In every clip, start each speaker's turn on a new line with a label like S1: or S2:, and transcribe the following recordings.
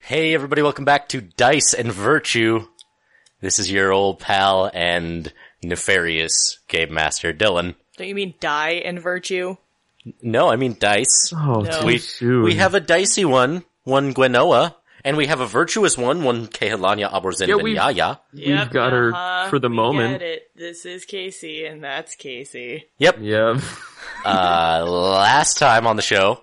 S1: Hey, everybody, welcome back to Dice and Virtue. This is your old pal and nefarious game master, Dylan.
S2: Don't you mean die and virtue?
S1: No, I mean dice.
S3: Oh,
S2: No.
S3: too
S1: we,
S3: soon.
S1: we have a dicey one, one Gwenoa, and we have a virtuous one, one Kehlania Aborzin
S3: Yeah,
S1: yeah,
S3: we've-
S1: Yaya.
S3: We've got her for the
S2: uh-huh. we
S3: moment.
S2: Get it. This is Casey, and that's Casey.
S1: Yep.
S3: Yeah.
S1: Uh, last time on the show,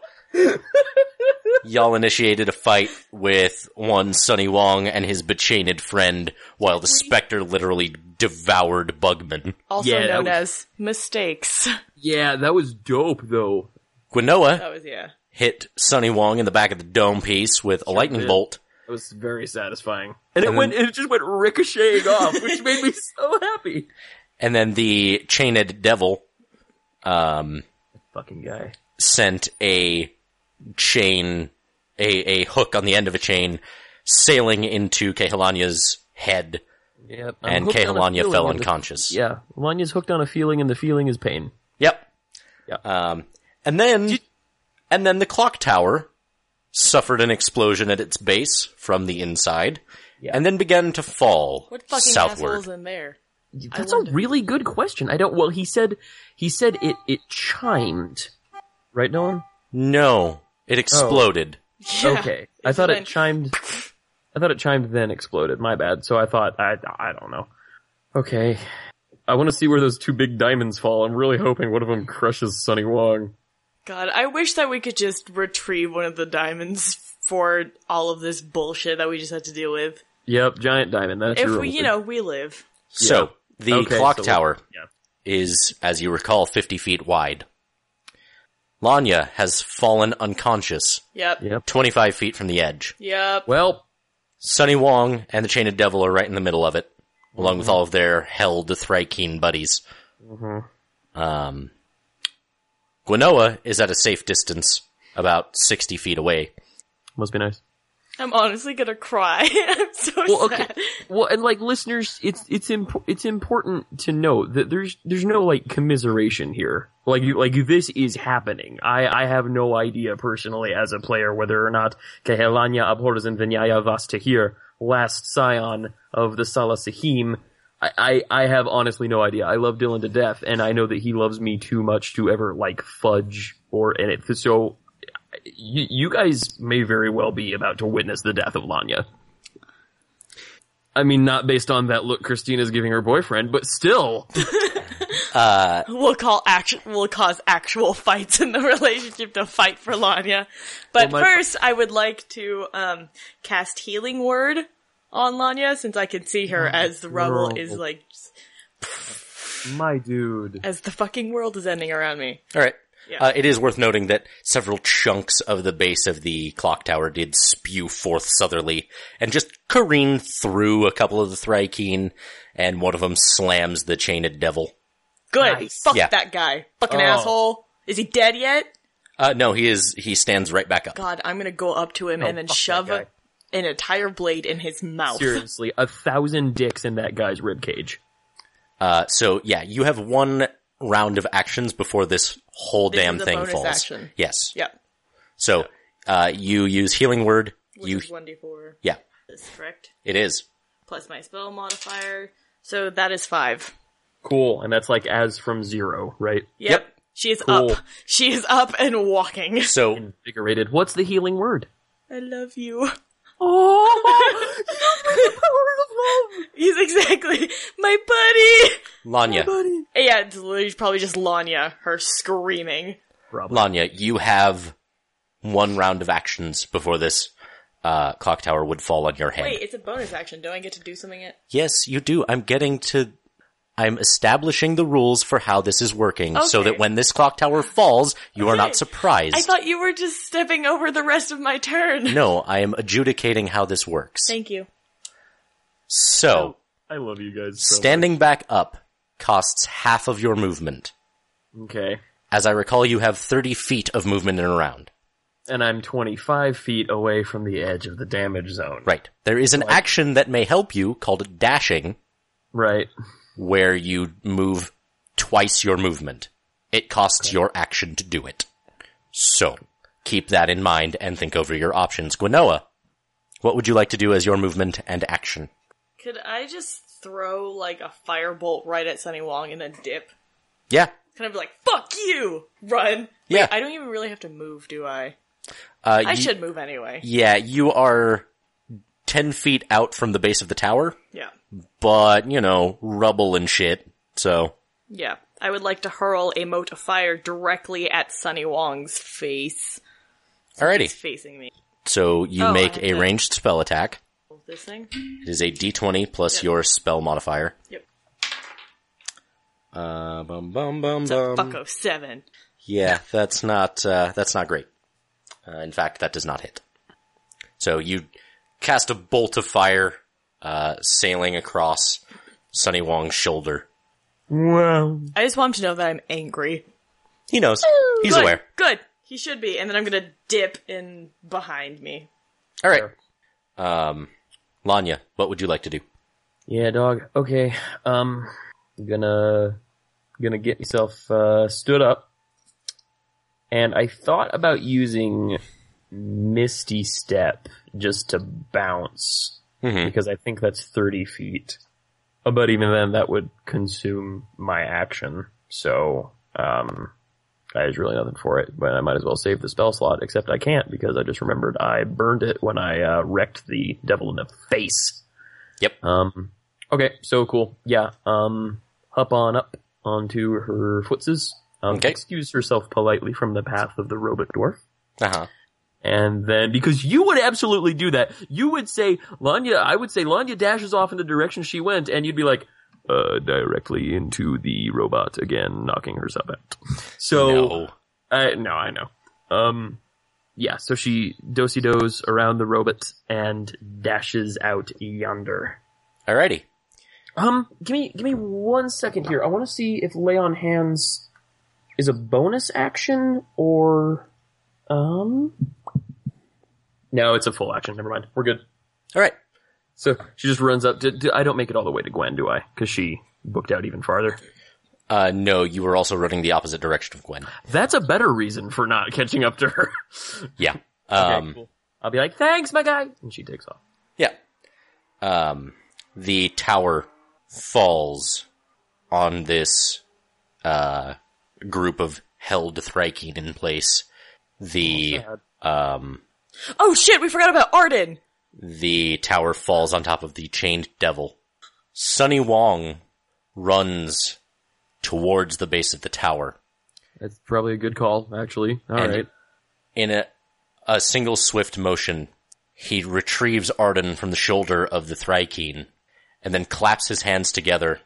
S1: y'all initiated a fight with one Sonny Wong and his bechained friend while the specter literally devoured Bugman.
S2: Also
S3: Yeah, that
S2: known as
S3: was-
S2: mistakes.
S3: yeah, that was dope though.
S1: Gwenoa
S2: That was yeah.
S1: hit Sonny Wong in the back of the dome piece with a lightning
S3: did.
S1: bolt.
S3: That was very satisfying. And,
S1: And
S3: it went it just went ricocheting off, which made me so happy.
S1: And then the chained devil um,
S3: Fucking guy.
S1: sent a chain, a, a hook on the end of a chain, sailing into Kehalania's head,
S3: Yep.
S1: and Kehalania fell unconscious.
S3: Yeah. Lanya's hooked on a feeling and the feeling is pain.
S1: Yep.
S3: Yeah.
S1: Um, and then, and then the clock tower suffered an explosion at its base from the inside,
S3: Yeah.
S1: and then began to fall
S2: What fucking
S1: southward.
S2: assholes in there?
S3: That's a really good question. I don't well he said he said it it chimed. Right, Nolan?
S1: No,
S3: Oh.
S1: it exploded.
S2: Yeah.
S3: okay. I thought it
S2: went-
S3: chimed I thought it chimed then exploded. My bad. So I thought I I don't know. Okay. I want to see where those two big diamonds fall. I'm really hoping one of them crushes Sunny Wong.
S2: God, I wish that we could just retrieve one of the diamonds for all of this bullshit that we just had to deal with.
S3: Yep, giant diamond. That's
S2: If
S3: your
S2: we,
S3: reward.
S2: you know, we live.
S1: So the
S3: Okay,
S1: clock
S3: so we-
S1: tower
S3: yeah.
S1: is, as you recall, fifty feet wide. Lanya has fallen unconscious,
S2: Yep.
S3: Yep.
S1: twenty-five feet from the edge.
S2: Yep.
S3: Well,
S1: Sunny Wong and the Chained Devil are right in the middle of it, along
S3: Mm-hmm.
S1: with all of their hell to Thrykeen buddies.
S3: Mm-hmm.
S1: Um, Gwenoa is at a safe distance, about sixty feet away.
S3: must be nice.
S2: I'm honestly gonna cry. I'm so
S3: Well,
S2: sad.
S3: okay. Well, and like listeners, it's it's imp- it's important to know that there's there's no like commiseration here. Like you like this is happening. I I have no idea personally as a player whether or not Kehelania abhors and Vinyaya Vastahir, last scion of the Salasahim. I, I I have honestly no idea. I love Dylan to death, and I know that he loves me too much to ever like fudge or and it. So you, you guys may very well be about to witness the death of Lanya. I mean, not based on that look Christina's giving her boyfriend, but still.
S1: Uh,
S2: We'll call action. We'll cause actual fights in the relationship to fight for Lanya. But
S3: Well, my-
S2: first, I would like to um, cast healing word on Lanya since I can see her as the rubble
S3: girl.
S2: is like
S3: My dude.
S2: as the fucking world is ending around me.
S1: All right.
S2: Yeah.
S1: Uh, it is worth noting that several chunks of the base of the clock tower did spew forth southerly and just careen through a couple of the Thrykeen, and one of them slams the chained devil.
S2: Good.
S3: Nice.
S2: Fuck
S1: Yeah.
S2: that guy. Fucking
S3: Oh.
S2: asshole. Is he dead yet?
S1: Uh, no, he is, he stands right back up.
S2: God, I'm gonna go up to him and then
S3: fuck that
S2: shove
S3: guy.
S2: a, an entire blade in his mouth.
S3: Seriously, a thousand dicks in that guy's ribcage.
S1: Uh, so yeah, you have one round of actions before this whole
S2: This
S1: damn
S2: is a
S1: thing
S2: bonus
S1: falls.
S2: action.
S1: Yes.
S2: Yep.
S1: So, uh, you use healing word.
S2: Which
S1: you,
S2: is one d four.
S1: yeah,
S2: That's correct.
S1: it is.
S2: Plus my spell modifier. So that is five.
S3: Cool. And that's like as from zero, right?
S2: Yep.
S1: Yep.
S2: She is
S3: Cool.
S2: up. She is up and walking.
S1: So,
S3: Invigorated. What's the healing word?
S2: I love you.
S3: Oh!
S2: He's exactly my buddy.
S1: Lanya,
S2: Yeah, it's literally probably just Lanya, her screaming.
S3: Probably.
S1: Lanya, you have one round of actions before this uh, clock tower would fall on your head.
S2: Wait, it's a bonus action. Don't I get to do something yet?
S1: Yes, you do. I'm getting to. I'm establishing the rules for how this is working so
S2: Okay.
S1: that when this clock tower falls, you are
S2: Okay.
S1: not surprised.
S2: I thought you were just stepping over the rest of my turn.
S1: no, I am adjudicating how this works.
S2: Thank you.
S1: So,
S3: Oh, I love you guys so
S1: standing back up costs half of your movement.
S3: Okay.
S1: As I recall, you have 30 feet of movement in a round.
S3: And I'm 25 feet away from the edge of the damage zone.
S1: Right. There is an action that may help you called dashing.
S3: Right.
S1: where you move twice your movement. It costs your action to do it. So, keep that in mind and think over your options. Gwenoa, What would you like to do as your movement and action?
S2: Could I just throw like a firebolt right at Sunny Wong and then dip?
S1: Yeah.
S2: Can I be like, fuck you! Run!
S1: Yeah.
S2: I don't even really have to move, do I?
S1: uh,
S2: I
S1: you-
S2: should move anyway.
S1: Yeah, you are 10 feet out from the base of the tower,
S2: Yeah.
S1: but, you know, rubble and shit. So,
S2: Yeah. I would like to hurl a mote of fire directly at Sunny Wong's face. It's
S1: alrighty.
S2: facing me.
S1: So you
S2: Oh, I
S1: make
S2: have
S1: a
S2: to-
S1: ranged spell attack.
S2: This thing?
S1: It is a d20 plus
S2: Yep.
S1: your spell modifier.
S2: Yep.
S1: Uh, bum bum bum
S2: It's a
S1: bum.
S2: fucko seven.
S1: Yeah, that's not uh, that's not great. Uh, in fact, that does not hit. So you cast a bolt of fire uh, sailing across Sunny Wong's shoulder.
S3: Wow.
S2: I just want him to know that I'm angry.
S1: He knows. He's
S2: Good,
S1: aware.
S2: Good. He should be. And then I'm gonna dip in behind me.
S1: All right. Um, Lanya, what would you like to do?
S3: Yeah, dog. Okay. Um, gonna gonna get myself uh, stood up, and I thought about using Misty Step just to bounce
S1: Mhm.
S3: because I think that's thirty feet. Uh, But even then, that would consume my action. So, um, there's really nothing for it. But I might as well save the spell slot. Except I can't because I just remembered I burned it when I uh, wrecked the devil in the face.
S1: Yep.
S3: Um, okay, so cool. Yeah. Um, hop on up onto her footses. Um,
S1: Okay.
S3: Excuse herself politely from the path of the robot dwarf.
S1: Uh huh.
S3: And then, because you would absolutely do that, you would say, Lanya, I would say, Lanya dashes off in the direction she went, and you'd be like, uh, directly into the robot again, knocking herself out. So,
S1: No.
S3: I no, I know. Um, yeah. So she dosy does around the robot and dashes out yonder.
S1: Alrighty.
S3: Um, give me give me one second here. I want to see if lay on hands is a bonus action or um. No, it's a full action. Never mind. We're good.
S1: All right.
S3: So she just runs up. D- d- I don't make it all the way to Gwen, do I? Because she booked out even farther.
S1: Uh, no, you were also running the opposite direction of Gwen.
S3: That's a better reason for not catching up to her.
S1: Yeah. Um,
S3: Okay, cool. I'll be like, thanks, my guy, and she takes off.
S1: Yeah. Um, the tower falls on this uh, group of held Thryking in place. The um,
S2: Oh shit, we forgot about Arden!
S1: the tower falls on top of the chained devil. Sunny Wong runs towards the base of the tower.
S3: That's probably a good call, actually. All right.
S1: And- In a, a single swift motion, he retrieves Arden from the shoulder of the Thrykean, and then claps his hands together,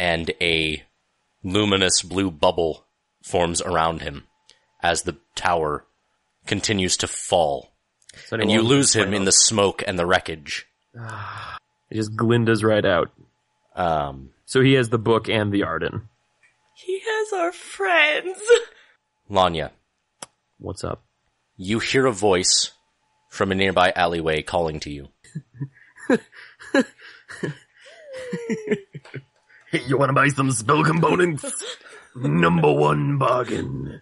S1: and a luminous blue bubble forms around him as the tower continues to fall.
S3: So
S1: And you lose him in the smoke and the wreckage.
S3: It just glindas right out.
S1: Um,
S3: So he has the book and the Arden.
S2: He has our friends!
S1: Lanya,
S3: What's up?
S1: you hear a voice from a nearby alleyway calling to you.
S3: Hey, you want to buy some spell components? Number one bargain.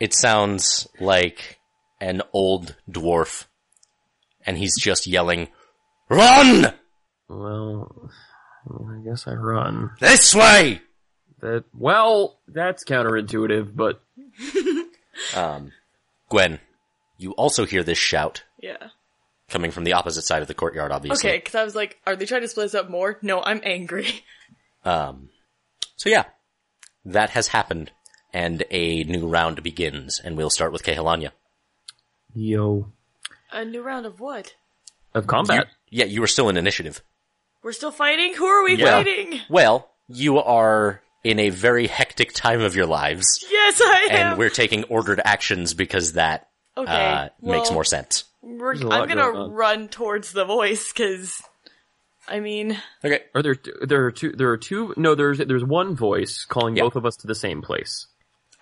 S1: It sounds like an old dwarf, and he's just yelling, "Run
S3: Well, I guess I run.
S1: this way!"
S3: That well, that's counterintuitive, but
S1: Um, Gwen, you also hear this shout
S2: yeah.
S1: coming from the opposite side of the courtyard. Obviously,
S2: Okay, because I was like, are they trying to split us up more? No, I'm angry.
S1: Um, so yeah, that has happened, and a new round begins, and we'll start with Kehlanya.
S3: yo
S2: A new round of what?
S3: of combat.
S1: Yeah, you are still in initiative.
S2: We're still fighting? Who are we
S1: Yeah.
S2: fighting?
S1: Well, you are in a very hectic time of your lives,
S2: Yes, I am!
S1: and we're taking ordered actions because that
S2: okay,
S1: uh, makes
S2: well,
S1: more sense.
S2: We're,
S3: There's a
S2: I'm
S3: lot going
S2: gonna
S3: on.
S2: run towards the voice, because, I mean,
S1: Okay.
S3: Are there there are two there are two no there's there's one voice calling
S1: Yeah.
S3: both of us to the same place.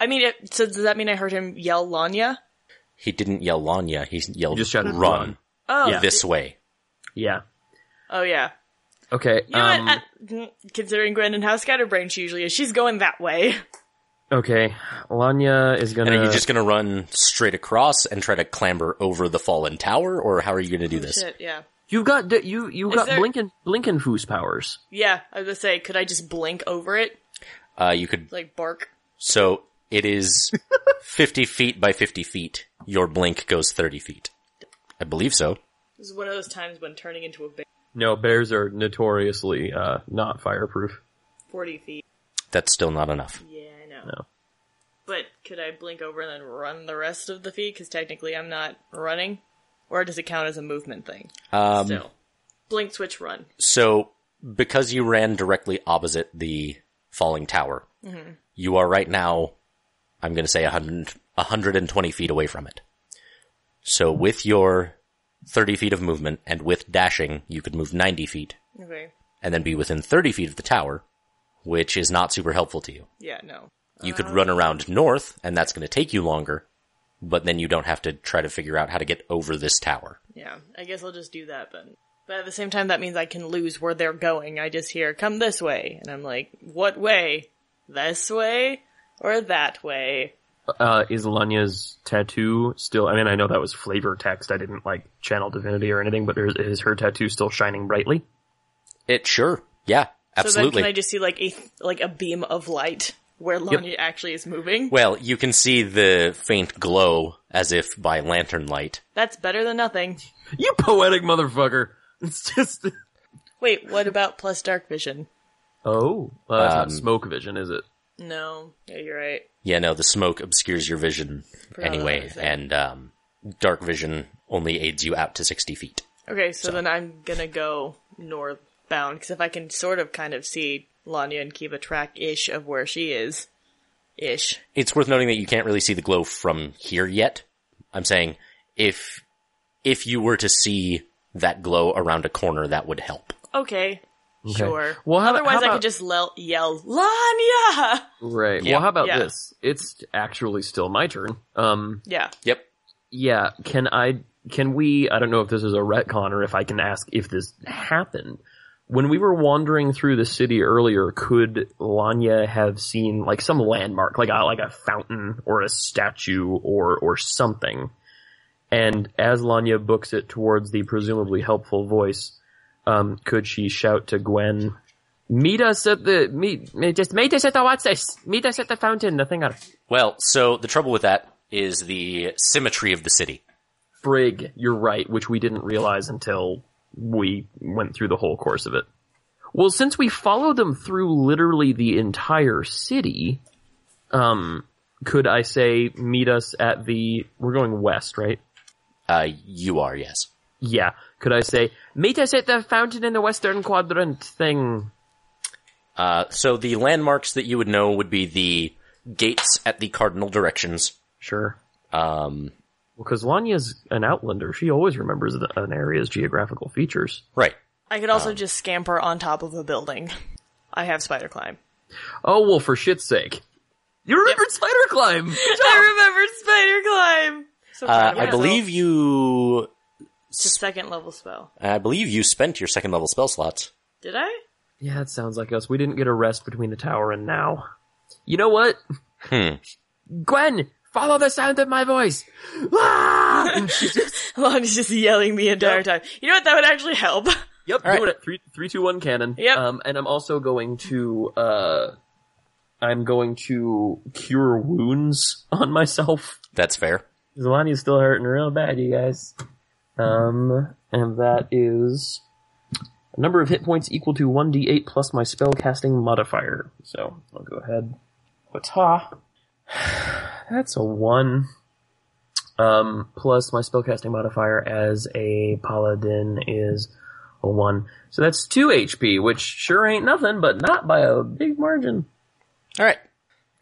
S2: I mean, it, so does that mean I heard him yell Lanya?
S1: He didn't yell Lanya, he yelled
S3: He just shouted,
S1: run,
S3: "Run."
S2: Oh,
S3: Yeah.
S1: this way.
S3: Yeah.
S2: oh yeah.
S3: Okay. um,
S2: You know what? I- mm, considering Gwen and how scatterbrained she usually is, she's going that way.
S3: Okay, Lanya is gonna.
S1: And are you just going to run straight across and try to clamber over the fallen tower, or how are you going to do this?
S2: Shit, yeah.
S3: You've got d- you you've
S2: Is
S3: got
S2: there-
S3: Blinken Blinkenfoos powers.
S2: Yeah, I was gonna say, could I just blink over it?
S1: Uh, you could.
S2: Like bark.
S1: So it is 50 feet by 50 feet. Your blink goes 30 feet. I believe so.
S2: This is one of those times when turning into a bear
S3: No, bears are notoriously uh, not fireproof.
S2: forty feet.
S1: That's still not enough.
S2: Yeah, I know.
S3: No.
S2: But could I blink over and then run the rest of the feet? Because technically I'm not running. Or does it count as a movement thing?
S1: Um,
S2: Still. Blink, switch, run.
S1: So, because you ran directly opposite the falling tower,
S2: Mm-hmm.
S1: you are right now, I'm going to say 100, 120 feet away from it. So, with your 30 feet of movement and with dashing, you could move 90 feet
S2: Okay.
S1: and then be within 30 feet of the tower, which is not super helpful to you.
S2: Yeah, no.
S1: You could
S2: Oh.
S1: run around north, and that's going to take you longer, but then you don't have to try to figure out how to get over this tower.
S2: Yeah, I guess I'll just do that then. But at the same time, that means I can lose where they're going. I just hear, come this way. And I'm like, what way? This way? Or that way?
S3: Uh, is Lanya's tattoo still? I mean, I know that was flavor text. I didn't like channel divinity or anything, but is, is her tattoo still shining brightly?
S1: It sure. Yeah,
S2: So then
S1: absolutely.
S2: can I just see like a, like a beam of light where Lanya actually is moving?
S1: Well, you can see the faint glow as if by lantern light.
S2: That's better than nothing.
S3: You poetic motherfucker! It's just
S2: Wait, what about plus dark vision?
S3: oh, well, that's
S1: Um,
S3: not smoke vision, is it?
S2: No. Yeah, you're right.
S1: Yeah, no, the smoke obscures your vision
S2: Probably
S1: anyway,
S2: is it.
S1: and um, dark vision only aids you out to 60 feet.
S2: Okay, so, then I'm gonna go northbound because if I can sort of kind of see Lanya and keep a track ish of where she is, ish.
S1: It's worth noting that you can't really see the glow from here yet. I'm saying if if you were to see that glow around a corner, that would help.
S2: Okay, sure.
S3: Well, how-
S2: otherwise
S3: how
S2: I
S3: about-
S2: could just le- yell Lanya.
S3: Right.
S1: Yeah.
S3: Well, how about
S2: Yeah.
S3: this? It's actually still my turn. Um,
S2: Yeah.
S1: Yep.
S3: yeah. Can I? Can we? I don't know if this is a retcon or if I can ask if this happened. When we were wandering through the city earlier, could Lanya have seen like some landmark, like a, like a fountain or a statue or or something? And as Lanya books it towards the presumably helpful voice, um, could she shout to Gwen, "Meet us at the meet, just meet us at the what's this? Meet us at the fountain, the thing."
S1: Well, so the trouble with that is the symmetry of the city.
S3: Brig, you're right, which we didn't realize until we went through the whole course of it. Well, since we follow them through literally the entire city, um, could I say meet us at the? We're going west, right?
S1: Uh, you are, yes.
S3: Yeah. Could I say meet us at the fountain in the western quadrant thing?
S1: Uh, so the landmarks that you would know would be the gates at the cardinal directions.
S3: Sure.
S1: Um,
S3: Because Lanya's an outlander, she always remembers the- an area's geographical features.
S1: right.
S2: I could also just scamper on top of a building. I have spider climb.
S3: Oh well, for shit's sake! You remembered spider climb.
S2: I remembered spider climb. So
S1: Uh,
S2: proud of
S1: I
S2: myself.
S1: believe you.
S2: it's a second level spell.
S1: I believe you spent your second level spell slots.
S2: Did I?
S3: Yeah, that sounds like us. We didn't get a rest between the tower and now. You know what?
S1: Hmm.
S3: Gwen, follow the sound of my voice. Ah! And she just-
S2: Lonnie's just yelling the entire time. You know what? That would actually help.
S3: yep,
S1: All right.
S3: doing it. Three, three, two, one, cannon.
S2: Yep.
S3: Um, and I'm also going to, uh, I'm going to cure wounds on myself.
S1: That's fair.
S3: Zelani's still hurting real bad, you guys. Um, and that is a number of hit points equal to 1d8 plus my spell casting modifier. So I'll go ahead. Wata. That's a 1. Um, plus my spell casting modifier as a paladin is a 1. So that's 2 HP, which sure ain't nothing, but not by a big margin.
S1: All right.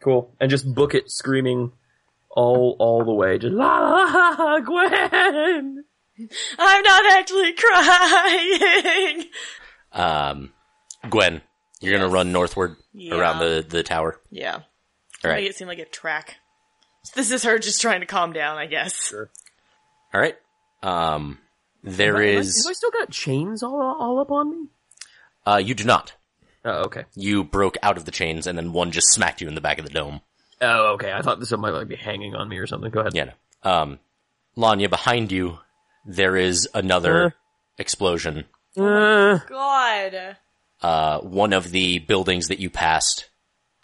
S3: Cool. And just book it screaming all all the way. Just la la, la la, Gwen.
S2: I'm not actually crying.
S1: Um, Gwen, you're gonna run northward
S2: Yeah.
S1: around the the tower.
S2: Yeah.
S1: All
S2: Make
S1: right.
S2: it seem like a track. This is her just trying to calm down, I guess.
S1: All right. Um, there
S3: Have I-
S1: is.
S3: Have I still got chains all all up on me?
S1: Uh, you do not.
S3: Oh, okay.
S1: You broke out of the chains, and then one just smacked you in the back of the dome.
S3: Oh, okay. I thought this might like be hanging on me or something. Go ahead.
S1: Yeah. No. Um, Lanya, behind you, there is another
S3: Uh.
S1: explosion.
S3: Uh,
S2: God.
S1: Uh, one of the buildings that you passed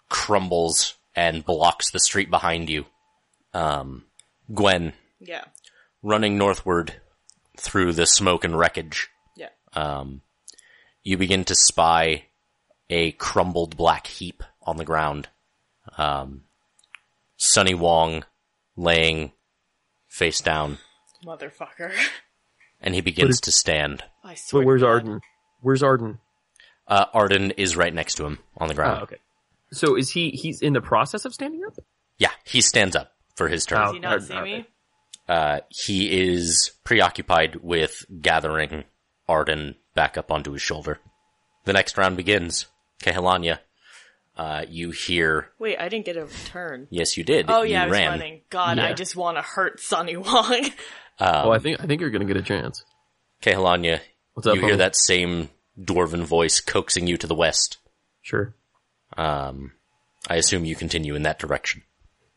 S1: crumbles and blocks the street behind you. Um, Gwen,
S2: Yeah.
S1: running northward through the smoke and wreckage,
S2: Yeah.
S1: um, you begin to spy a crumbled black heap on the ground. Um, Sunny Wong laying face down,
S2: Motherfucker.
S1: and he begins to stand.
S2: I swear.
S3: but where's
S2: to God.
S3: Arden? Where's Arden?
S1: Uh, Arden is right next to him on the ground.
S3: Oh, okay. So is he? He's in the process of standing up.
S1: Yeah, he stands up for his
S2: Does
S1: turn.
S2: he
S3: Oh,
S2: not
S3: Arden,
S2: see me?
S3: okay.
S1: Uh, he is preoccupied with gathering Arden back up onto his shoulder. The next round begins. Kehelania, uh, you hear,
S2: Wait, I didn't get a turn.
S1: yes you did,
S2: Oh
S1: you
S2: yeah, I was
S1: ran.
S2: running. God, I
S3: Yeah.
S2: just want to hurt Sonny Wong.
S3: oh, I think I think you're gonna get a chance.
S1: Kehelania,
S3: What's up?
S1: you hear
S3: homie?
S1: that same dwarven voice coaxing you to the west.
S3: Sure.
S1: Um, I assume you continue in that direction.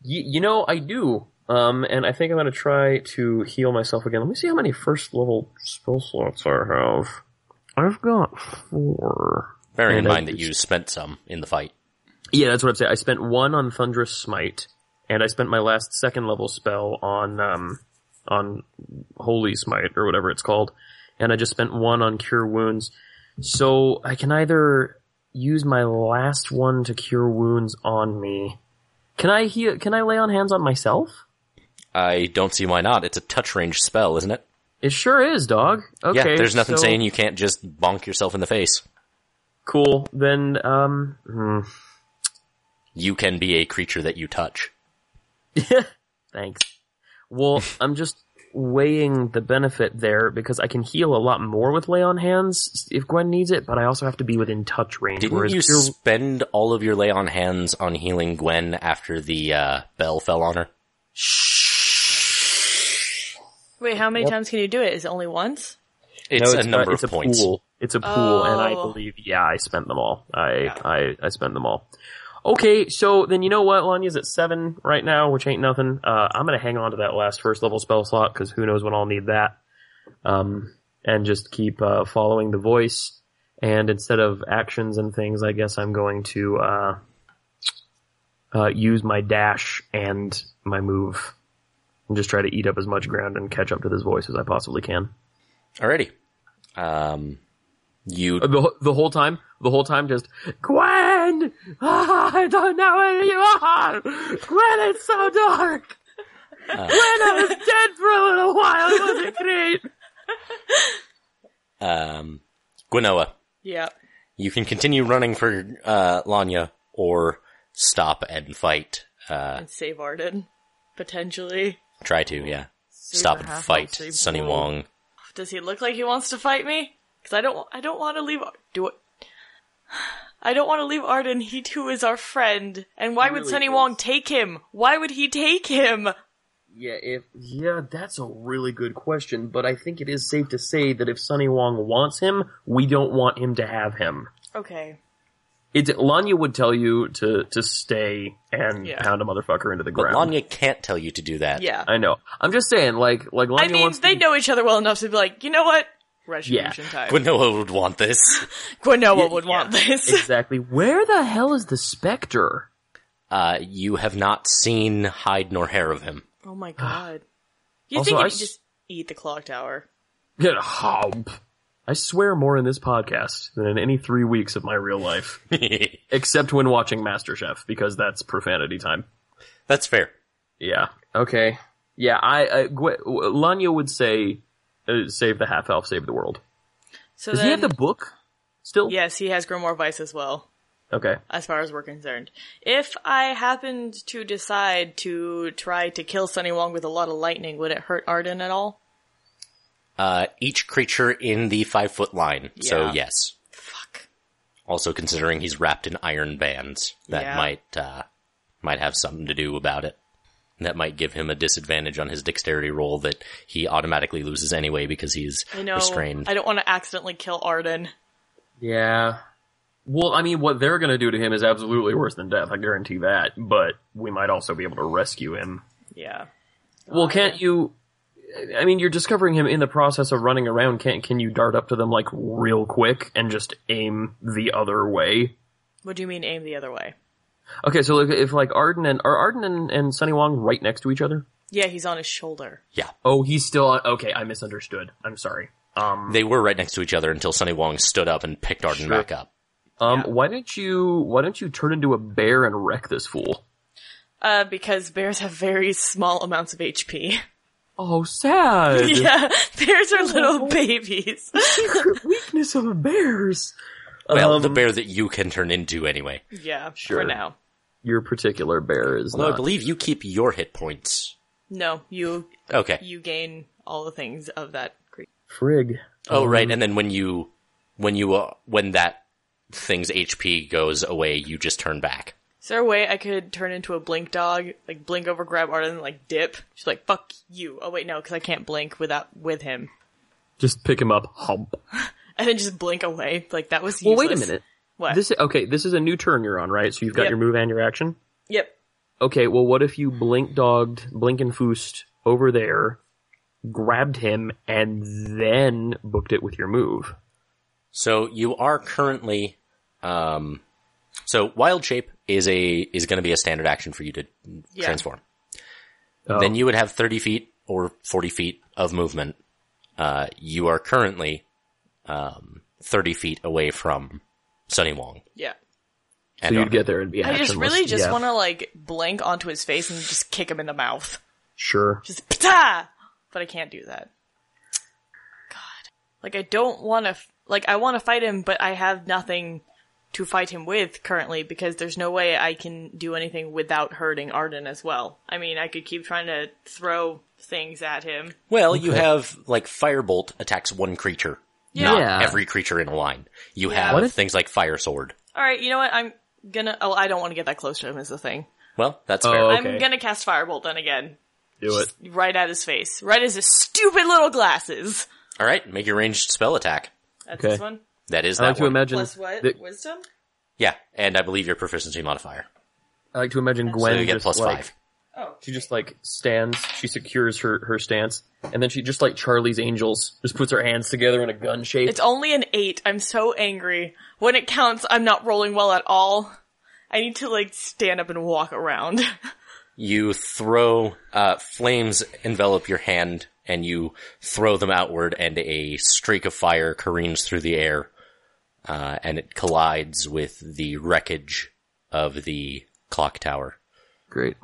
S3: Y- you know, I do. Um, and I think I'm gonna try to heal myself again. Let me see how many first level spell slots I have. I've got four.
S1: Bearing in
S3: And I-
S1: mind that you spent some in the fight.
S3: Yeah, that's what I'm saying. I spent one on Thunderous Smite, and I spent my last second level spell on um on Holy Smite or whatever it's called, and I just spent one on Cure Wounds. So I can either use my last one to cure wounds on me. Can I heal? Can I lay on hands on myself?
S1: I don't see why not. It's a touch range spell, isn't it?
S3: It sure is, dog. Okay,
S1: yeah, there's nothing
S3: so-
S1: saying you can't just bonk yourself in the face.
S3: Cool. Then um, hmm,
S1: You can be a creature that you touch.
S3: Thanks. Well, I'm just weighing the benefit there because I can heal a lot more with lay on hands if Gwen needs it, but I also have to be within touch range.
S1: Didn't
S3: whereas
S1: you
S3: cure-
S1: spend all of your lay on hands on healing Gwen after the uh, bell fell on her?
S2: Wait, how many times can you do it? Is it only once?
S3: No,
S1: It's, a
S3: not-
S1: number
S3: it's
S1: of
S3: a
S1: points.
S3: Pool. It's a pool, and I
S2: Oh.
S3: believe yeah, I spent them all. I I I spent them all. Okay, so then you know what? Lanya's at seven right now, which ain't nothing. Uh, I'm gonna hang on to that last first level spell slot because who knows when I'll need that. Um, and just keep uh, following the voice. And instead of actions and things, I guess I'm going to uh, uh, use my dash and my move, and just try to eat up as much ground and catch up to this voice as I possibly can.
S1: Alrighty. Um, you
S3: Uh, The, wh- the whole time, the whole time, just Gwen. Ah, I don't know where you are. Gwen, it's so dark. Gwen, I was dead for a little while. Wasn't it great?
S1: um, Gwenoa,
S2: Yeah.
S1: you can continue running for uh, Lanya or stop and fight. Uh,
S2: And save Arden. Potentially.
S1: try to, yeah. Stop and
S2: half, I'll
S1: fight,
S2: save
S1: Sunny
S2: Gwen.
S1: Wong.
S2: Does he look like he wants to fight me? Because I don't, I don't want to leave. Ar- Do it. I don't want to leave Arden. He too is our friend. And why would
S3: really
S2: Sunny
S3: is.
S2: Wong take him? Why would he take him?
S3: Yeah, if yeah, that's a really good question. But I think it is safe to say that if Sunny Wong wants him, we don't want him to have him.
S2: Okay.
S3: It Lanya would tell you to to stay and
S2: Yeah.
S3: pound a motherfucker into the
S1: But
S3: ground.
S1: Lanya can't tell you to do that.
S2: Yeah.
S3: I know. I'm just saying, like like Lanya
S2: I mean,
S3: wants to
S2: they
S3: be-
S2: know each other well enough to be like, you know what? Retribution time.
S1: Gwenoa would want this.
S2: Gwenoa
S3: Yeah,
S2: would
S3: yeah.
S2: want this.
S3: exactly. Where the hell is the specter?
S1: Uh, you have not seen hide nor hair of him.
S2: oh my god. You
S3: Also,
S2: think
S3: I
S2: if you
S3: s-
S2: just eat the clock tower?
S3: Get a hob. I swear more in this podcast than in any three weeks of my real life, except when watching MasterChef because that's profanity time.
S1: That's fair.
S3: Yeah. Okay. Yeah. I uh, Gwe- Lanya would say, uh, "Save the half elf, save the world."
S2: So
S3: Does
S2: then,
S3: he have the book still?
S2: yes, he has Grimoire Vice as well.
S3: Okay.
S2: as far as we're concerned. If I happened to decide to try to kill Sunny Wong with a lot of lightning, would it hurt Arden at all?
S1: Uh, each creature in the five foot line. So
S2: Yeah.
S1: yes.
S2: Fuck.
S1: Also considering he's wrapped in iron bands, that
S2: Yeah.
S1: might, uh, might have something to do about it. That might give him a disadvantage on his dexterity roll that he automatically loses anyway because he's
S2: I know.
S1: restrained.
S2: I don't want to accidentally kill Arden.
S3: Yeah. Well, I mean, what they're going to do to him is absolutely worse than death. I guarantee that. But we might also be able to rescue him.
S2: Yeah.
S3: Well, can't you? I mean, you're discovering him in the process of running around. Can't can you dart up to them like real quick and just aim the other way?
S2: What do you mean aim the other way?
S3: Okay, so if, if like Arden and are Arden and, and Sunny Wong right next to each other?
S2: Yeah, he's on his shoulder.
S1: Yeah.
S3: Oh, he's still on. Okay, I misunderstood. I'm sorry. Um,
S1: They were right next to each other until Sunny Wong stood up and picked Arden
S3: Sure.
S1: back up.
S3: um, why don't you why don't you turn into a bear and wreck this fool?
S2: Uh, because bears have very small amounts of HP.
S3: Oh, sad.
S2: yeah, bears are little babies.
S3: Weakness of bears.
S1: Well,
S3: Um,
S1: the bear that you can turn into anyway.
S2: yeah,
S3: Sure.
S2: for now.
S3: Your particular bear is
S1: Although I
S3: not.
S1: believe you keep your hit points.
S2: No, you
S1: Okay.
S2: you gain all the things of that creature.
S3: Frig.
S1: Oh,
S3: Mm-hmm.
S1: right. And then when you, when you, uh, when that thing's HP goes away, you just turn back.
S2: Is there a way I could turn into a blink dog, like blink over, grab Arden, and like dip? She's like, "Fuck you!" Oh wait, no, because I can't blink without with him,
S3: Just pick him up. Hump.
S2: and then just blink away. Like that was.
S3: Well, wait a
S2: useless.
S3: minute.
S2: What?
S3: This okay. This is a new turn you're on, right? So you've got
S2: Yep.
S3: your move and your action.
S2: Yep.
S3: Okay. Well, what if you blink dogged Blinkenfoost over there, grabbed him, and then booked it with your move?
S1: So you are currently, um, so wild shape is a is going to be a standard action for you to
S2: Yeah.
S1: transform.
S3: Oh.
S1: Then you would have thirty feet or forty feet of movement. Uh, you are currently um, thirty feet away from Sunny Wong.
S2: Yeah.
S3: so
S1: And
S3: you'd get there and be
S2: I
S3: actionless.
S2: just really just
S3: Yeah.
S2: want to like blank onto his face and just kick him in the mouth.
S3: Sure.
S2: Just pta! But I can't do that. God. Like I don't want to like I want to fight him, but I have nothing to fight him with currently because there's no way I can do anything without hurting Arden as well. I mean, I could keep trying to throw things at him.
S1: well, you have like firebolt attacks one creature,
S2: Yeah.
S3: Yeah.
S1: not every creature in a line. You have
S3: Ah. What if-
S1: things like fire sword.
S2: All right, you know what? I'm gonna Oh, I don't want to get that close to him is the thing.
S1: Well, that's fair.
S3: Oh.
S2: I'm
S3: Okay.
S2: gonna cast firebolt then again.
S3: Do it.
S2: Right at his face. Right as his stupid little glasses.
S1: All right, make your ranged spell attack.
S2: That's
S3: Okay.
S2: this one.
S1: That is
S3: I like
S1: that
S3: to
S1: one.
S3: imagine.
S2: Plus what?
S3: that-
S2: Wisdom?
S1: yeah, and I believe your proficiency modifier.
S3: I like to imagine Gwen
S1: So you get
S3: just
S1: plus
S3: like,
S1: five.
S2: Oh.
S3: She just like stands. She secures her her stance, and then she just like Charlie's Angels, just puts her hands together in a gun shape.
S2: It's only an eight. I'm so angry. When it counts, I'm not rolling well at all. I need to like stand up and walk around.
S1: you throw uh, flames envelop your hand and you throw them outward and a streak of fire careens through the air uh, and it collides with the wreckage of the clock tower
S3: Great.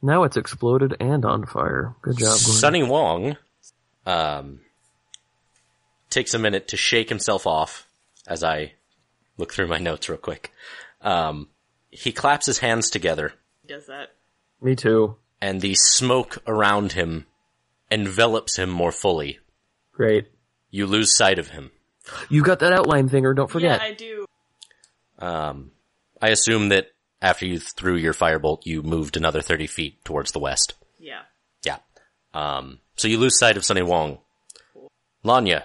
S3: Now it's exploded and on fire. Good job, Glenn.
S1: sunny wong um, takes a minute to shake himself off as i look through my notes real quick um, he claps his hands together
S2: Does that?
S3: Me too.
S1: and the smoke around him envelops him more fully
S3: Great.
S1: you lose sight of him.
S3: You got that outline thing, or don't forget.
S2: Yeah, I do.
S1: Um, I assume that after you threw your firebolt, you moved another 30 feet towards the west.
S2: Yeah.
S1: Yeah. Um, so you lose sight of Sunny Wong. Lanya,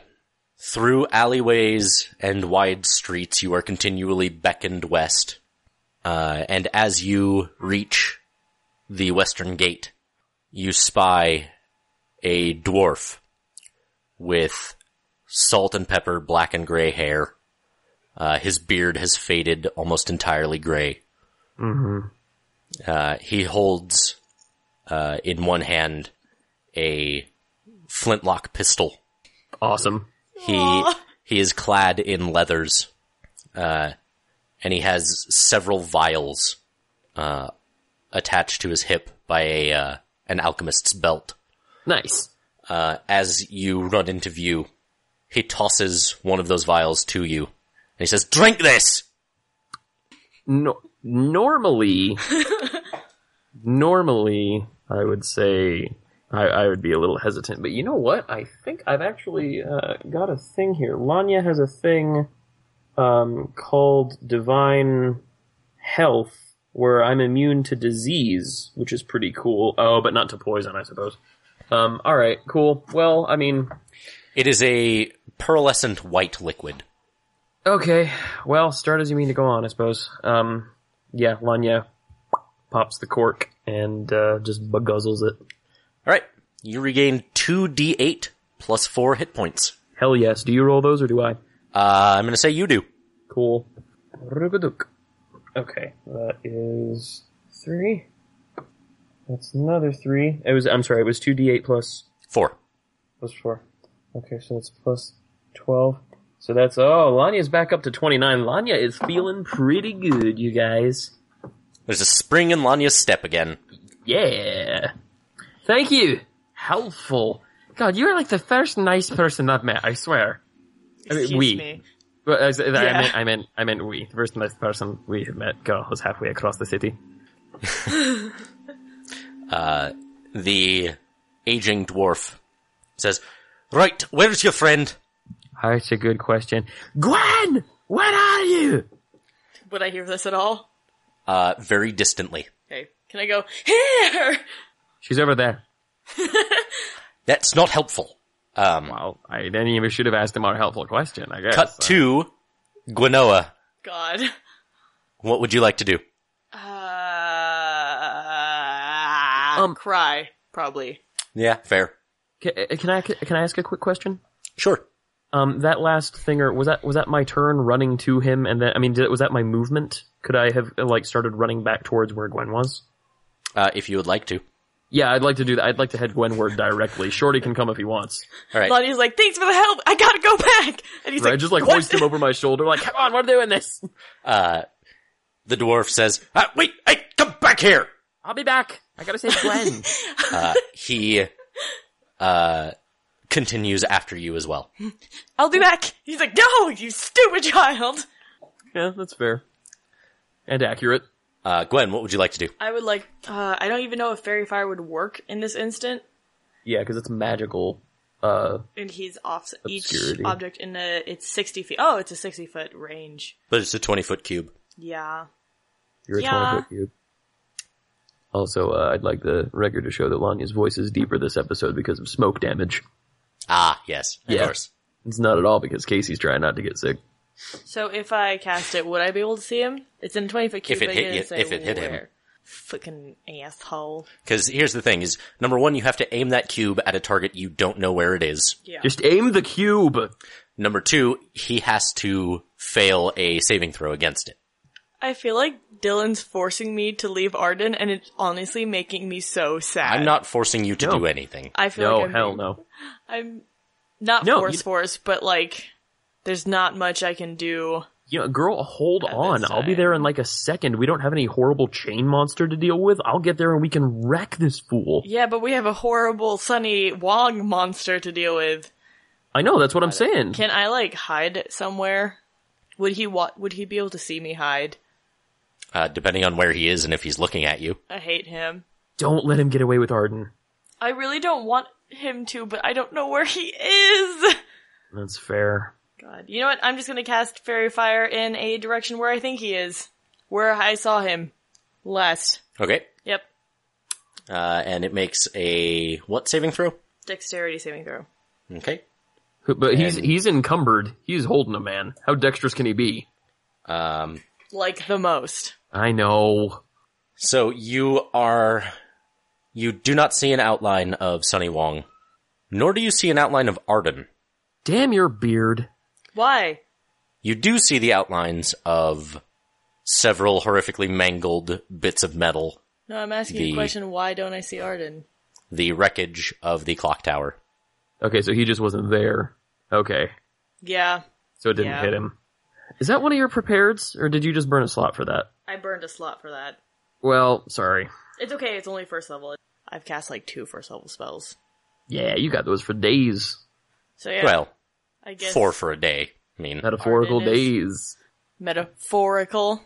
S1: through alleyways and wide streets, you are continually beckoned west. Uh, and as you reach the western gate, you spy a dwarf with salt and pepper, black and gray hair. Uh, his beard has faded almost entirely gray. Mm-hmm. Uh, he holds uh, in one hand a flintlock pistol.
S3: awesome.
S1: He he is clad in leathers, uh, and he has several vials uh, attached to his hip by a uh, an alchemist's belt.
S3: Nice.
S1: Uh, as you run into view, he tosses one of those vials to you, and he says, "Drink this."
S3: No, normally, normally, I would say I, I would be a little hesitant, but you know what? I think I've actually uh, got a thing here. Lanya has a thing um, called Divine Health, where I'm immune to disease, which is pretty cool. Oh, but not to poison, I suppose. Um, all right, cool. Well, I mean,
S1: It is a pearlescent white liquid.
S3: Okay, well, start as you mean to go on, I suppose. Um, yeah, Lanya pops the cork and uh, just beguzzles it.
S1: All right. You regain 2d8 plus 4 hit points.
S3: Hell yes. Do you roll those or do I?
S1: Uh, I'm going to say you do.
S3: Cool. Rugadook. Okay, that is three. That's another three. It was. I'm sorry. It was two d8 plus
S1: 4.
S3: plus four. Okay, so that's plus twelve. So that's oh, Lanya's back up to twenty nine. Lanya is feeling pretty good, you guys.
S1: There's a spring in Lanya's step again.
S3: Yeah. Thank you. Helpful. God, you are like the first nice person I've met. I swear. I mean,
S2: Excuse
S3: we.
S2: me.
S3: Well, I, I,
S2: Yeah.
S3: meant, I meant, I meant we. The first nice person we have met. God, was halfway across the city.
S1: The aging dwarf says, Right, where's your friend?
S3: That's a good question. Gwen, where are you?
S2: Would I hear this at all?
S1: Uh, very distantly.
S2: Okay. Can I go here?
S3: She's over there.
S1: That's not helpful. Um,
S3: Well, I then you should have asked a more helpful question. I guess.
S1: cut
S3: Uh,
S1: to Gwenoa.
S2: God.
S1: What would you like to do?
S2: Uh,
S3: Um,
S2: cry probably.
S1: Yeah, fair.
S3: Ca- uh, Can I can I ask a quick question?
S1: Sure.
S3: Um, that last thinger was that was that my turn running to him, and then I mean, did, was that my movement? Could I have uh, like started running back towards where Gwen was?
S1: Uh, if you would like to.
S3: Yeah, I'd like to do that. I'd like to head Gwenward directly. Shorty can come if he wants.
S1: All right.
S2: Lonnie's like, thanks for the help. I gotta go back. And he's
S3: Right?
S2: like,
S3: Just like
S2: what?
S3: hoist him over my shoulder, like, come on, we're doing this.
S1: Uh, The dwarf says, ah, wait, hey, come back here!
S3: I'll be back. I gotta save Gwen.
S1: Uh, he, uh, continues after you as well.
S2: I'll be back. He's like, no, you stupid child.
S3: yeah, that's fair and accurate.
S1: Uh, Gwen, what would you like to do?
S2: I would like. Uh, I don't even know if fairy fire would work in this instant.
S3: Yeah, because it's magical. Uh,
S2: And he's off each
S3: Obscurity.
S2: object in a. It's sixty feet. Oh, it's a sixty foot range.
S1: But it's a 20 foot cube.
S2: Yeah.
S3: you're a
S2: Yeah.
S3: 20 foot cube. Also, uh, I'd like the record to show that Lanya's voice is deeper this episode because of smoke damage.
S1: Ah, yes, of
S3: Yeah.
S1: course.
S3: It's not at all because Casey's trying not to get sick.
S2: So if I cast it, would I be able to see him? It's in a twenty foot cube.
S1: If it
S2: I
S1: hit
S2: didn't
S1: you-
S2: say
S1: if it hit him.
S2: where. Fucking asshole.
S1: Cause here's the thing is, number one, you have to aim that cube at a target you don't know where it is.
S2: Yeah.
S3: Just aim the cube.
S1: Number two, he has to fail a saving throw against it.
S2: I feel like Dylan's forcing me to leave Arden, and it's honestly making me so sad.
S1: I'm not forcing you to
S3: No.
S1: do anything.
S2: I feel
S3: No,
S2: like I'm
S3: hell
S2: being-
S3: no.
S2: I'm not
S3: No,
S2: force
S3: you-
S2: force, but like, there's not much I can do.
S3: You know, girl, hold on.
S2: this
S3: I'll be
S2: time.
S3: there in like a second. We don't have any horrible chain monster to deal with. I'll get there and we can wreck this fool.
S2: Yeah, but we have a horrible Sunny Wong monster to deal with.
S3: I know, that's what I'm saying.
S2: Can I like hide somewhere? Would he wa- Would he be able to see me hide?
S1: Uh, depending on where he is and if he's looking at you.
S2: I hate him.
S3: Don't let him get away with Arden.
S2: I really don't want him to, but I don't know where he is.
S3: That's fair.
S2: God, you know what? I'm just gonna cast fairy fire in a direction where I think he is, where I saw him last.
S1: Okay.
S2: Yep,
S1: Uh, and it makes a, what saving throw?
S2: dexterity saving throw.
S1: Okay.
S3: Who- But he's
S1: And-
S3: he's encumbered. He's holding a man. How dexterous can he be?
S1: Um,
S2: Like the most.
S3: I know.
S1: So you are, you do not see an outline of Sunny Wong, nor do you see an outline of Arden.
S3: Damn your beard.
S2: Why?
S1: You do see the outlines of several horrifically mangled bits of metal,
S2: No, I'm asking you
S1: The-
S2: a question. Why don't I see Arden?
S1: the wreckage of the clock tower.
S3: Okay, so he just wasn't there. Okay,
S2: Yeah,
S3: so it didn't
S2: Yeah.
S3: hit him. Is that one of your prepareds, or did you just burn a slot for that?
S2: I burned a slot for that.
S3: Well, sorry.
S2: It's okay. It's only first level. I've cast like two first level spells.
S3: Yeah, you got those for days.
S2: So yeah,
S1: Well,
S2: I guess
S1: four for a day. I mean,
S3: Metaphorical
S2: Arden is-
S3: days.
S2: metaphorical.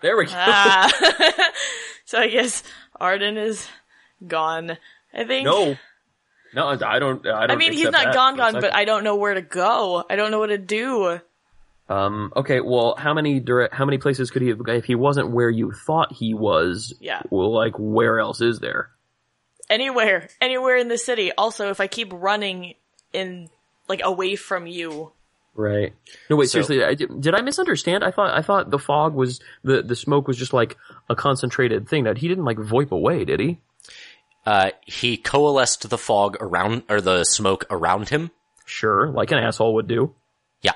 S3: There we go.
S2: Ah. so I guess Arden is gone. I think.
S3: No, no, I don't. I don't.
S2: I mean, he's
S3: accept
S2: not
S3: that
S2: gone,
S3: for a
S2: gone, but I don't know where to go. I don't know what to do.
S3: second. um. Okay. Well, how many direct? How many places could he have? If he wasn't where you thought he was,
S2: Yeah.
S3: Well, like where else is there?
S2: Anywhere, anywhere in the city. Also, if I keep running in, like, away from you,
S3: Right. No, wait.
S1: So-
S3: seriously, I did, did I misunderstand? I thought I thought the fog was the the smoke was just like a concentrated thing that he didn't like VoIP away, did he?
S1: Uh, he coalesced the fog around, or the smoke around him.
S3: Sure, like an asshole would do.
S1: Yeah.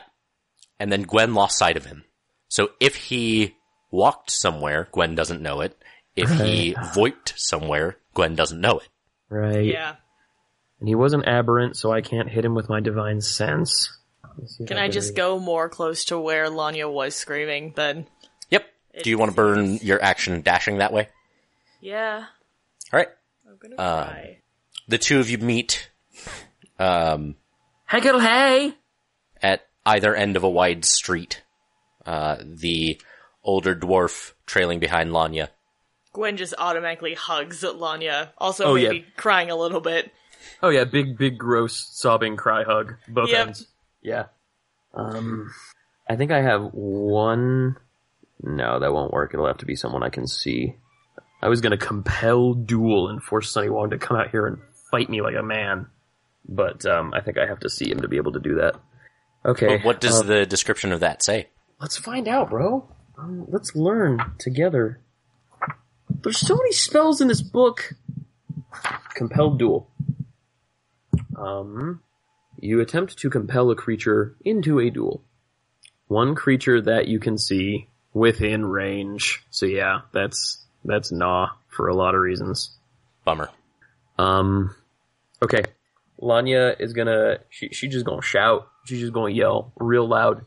S1: And then Gwen lost sight of him. So if he walked somewhere, Gwen doesn't know it. If he voiped somewhere, Gwen doesn't know it.
S3: Right.
S2: Yeah.
S3: And he wasn't aberrant, so I can't hit him with my divine sense.
S2: Can I just go more close to where Lanya was screaming then?
S1: Yep. Do you want to burn your action dashing that way?
S2: Yeah.
S1: All right.
S2: I'm gonna
S3: Uh,
S2: cry.
S1: The two of you meet um,
S3: Heckle hey!
S1: at either end of a wide street. Uh, the older dwarf trailing behind Lanya.
S2: Gwen just automatically hugs Lanya, also
S3: Oh,
S2: maybe
S3: yeah.
S2: crying a little bit.
S3: Oh yeah, big, big, gross, sobbing cry hug. Both
S2: Yep.
S3: ends. Yeah. Um, I think I have one. No, that won't work. It'll have to be someone I can see. I was gonna compel duel and force Sunny Wong to come out here and fight me like a man, but um, I think I have to see him to be able to do that. Okay.
S1: But what does
S3: uh,
S1: the description of that say?
S3: let's find out, bro. Um, let's learn together. There's so many spells in this book. Compel duel. Um, you attempt to compel a creature into a duel. One creature that you can see within range. So yeah, that's that's nah for a lot of reasons.
S1: Bummer.
S3: Um, okay. Lanya is gonna. She she just gonna shout. She's just gonna yell real loud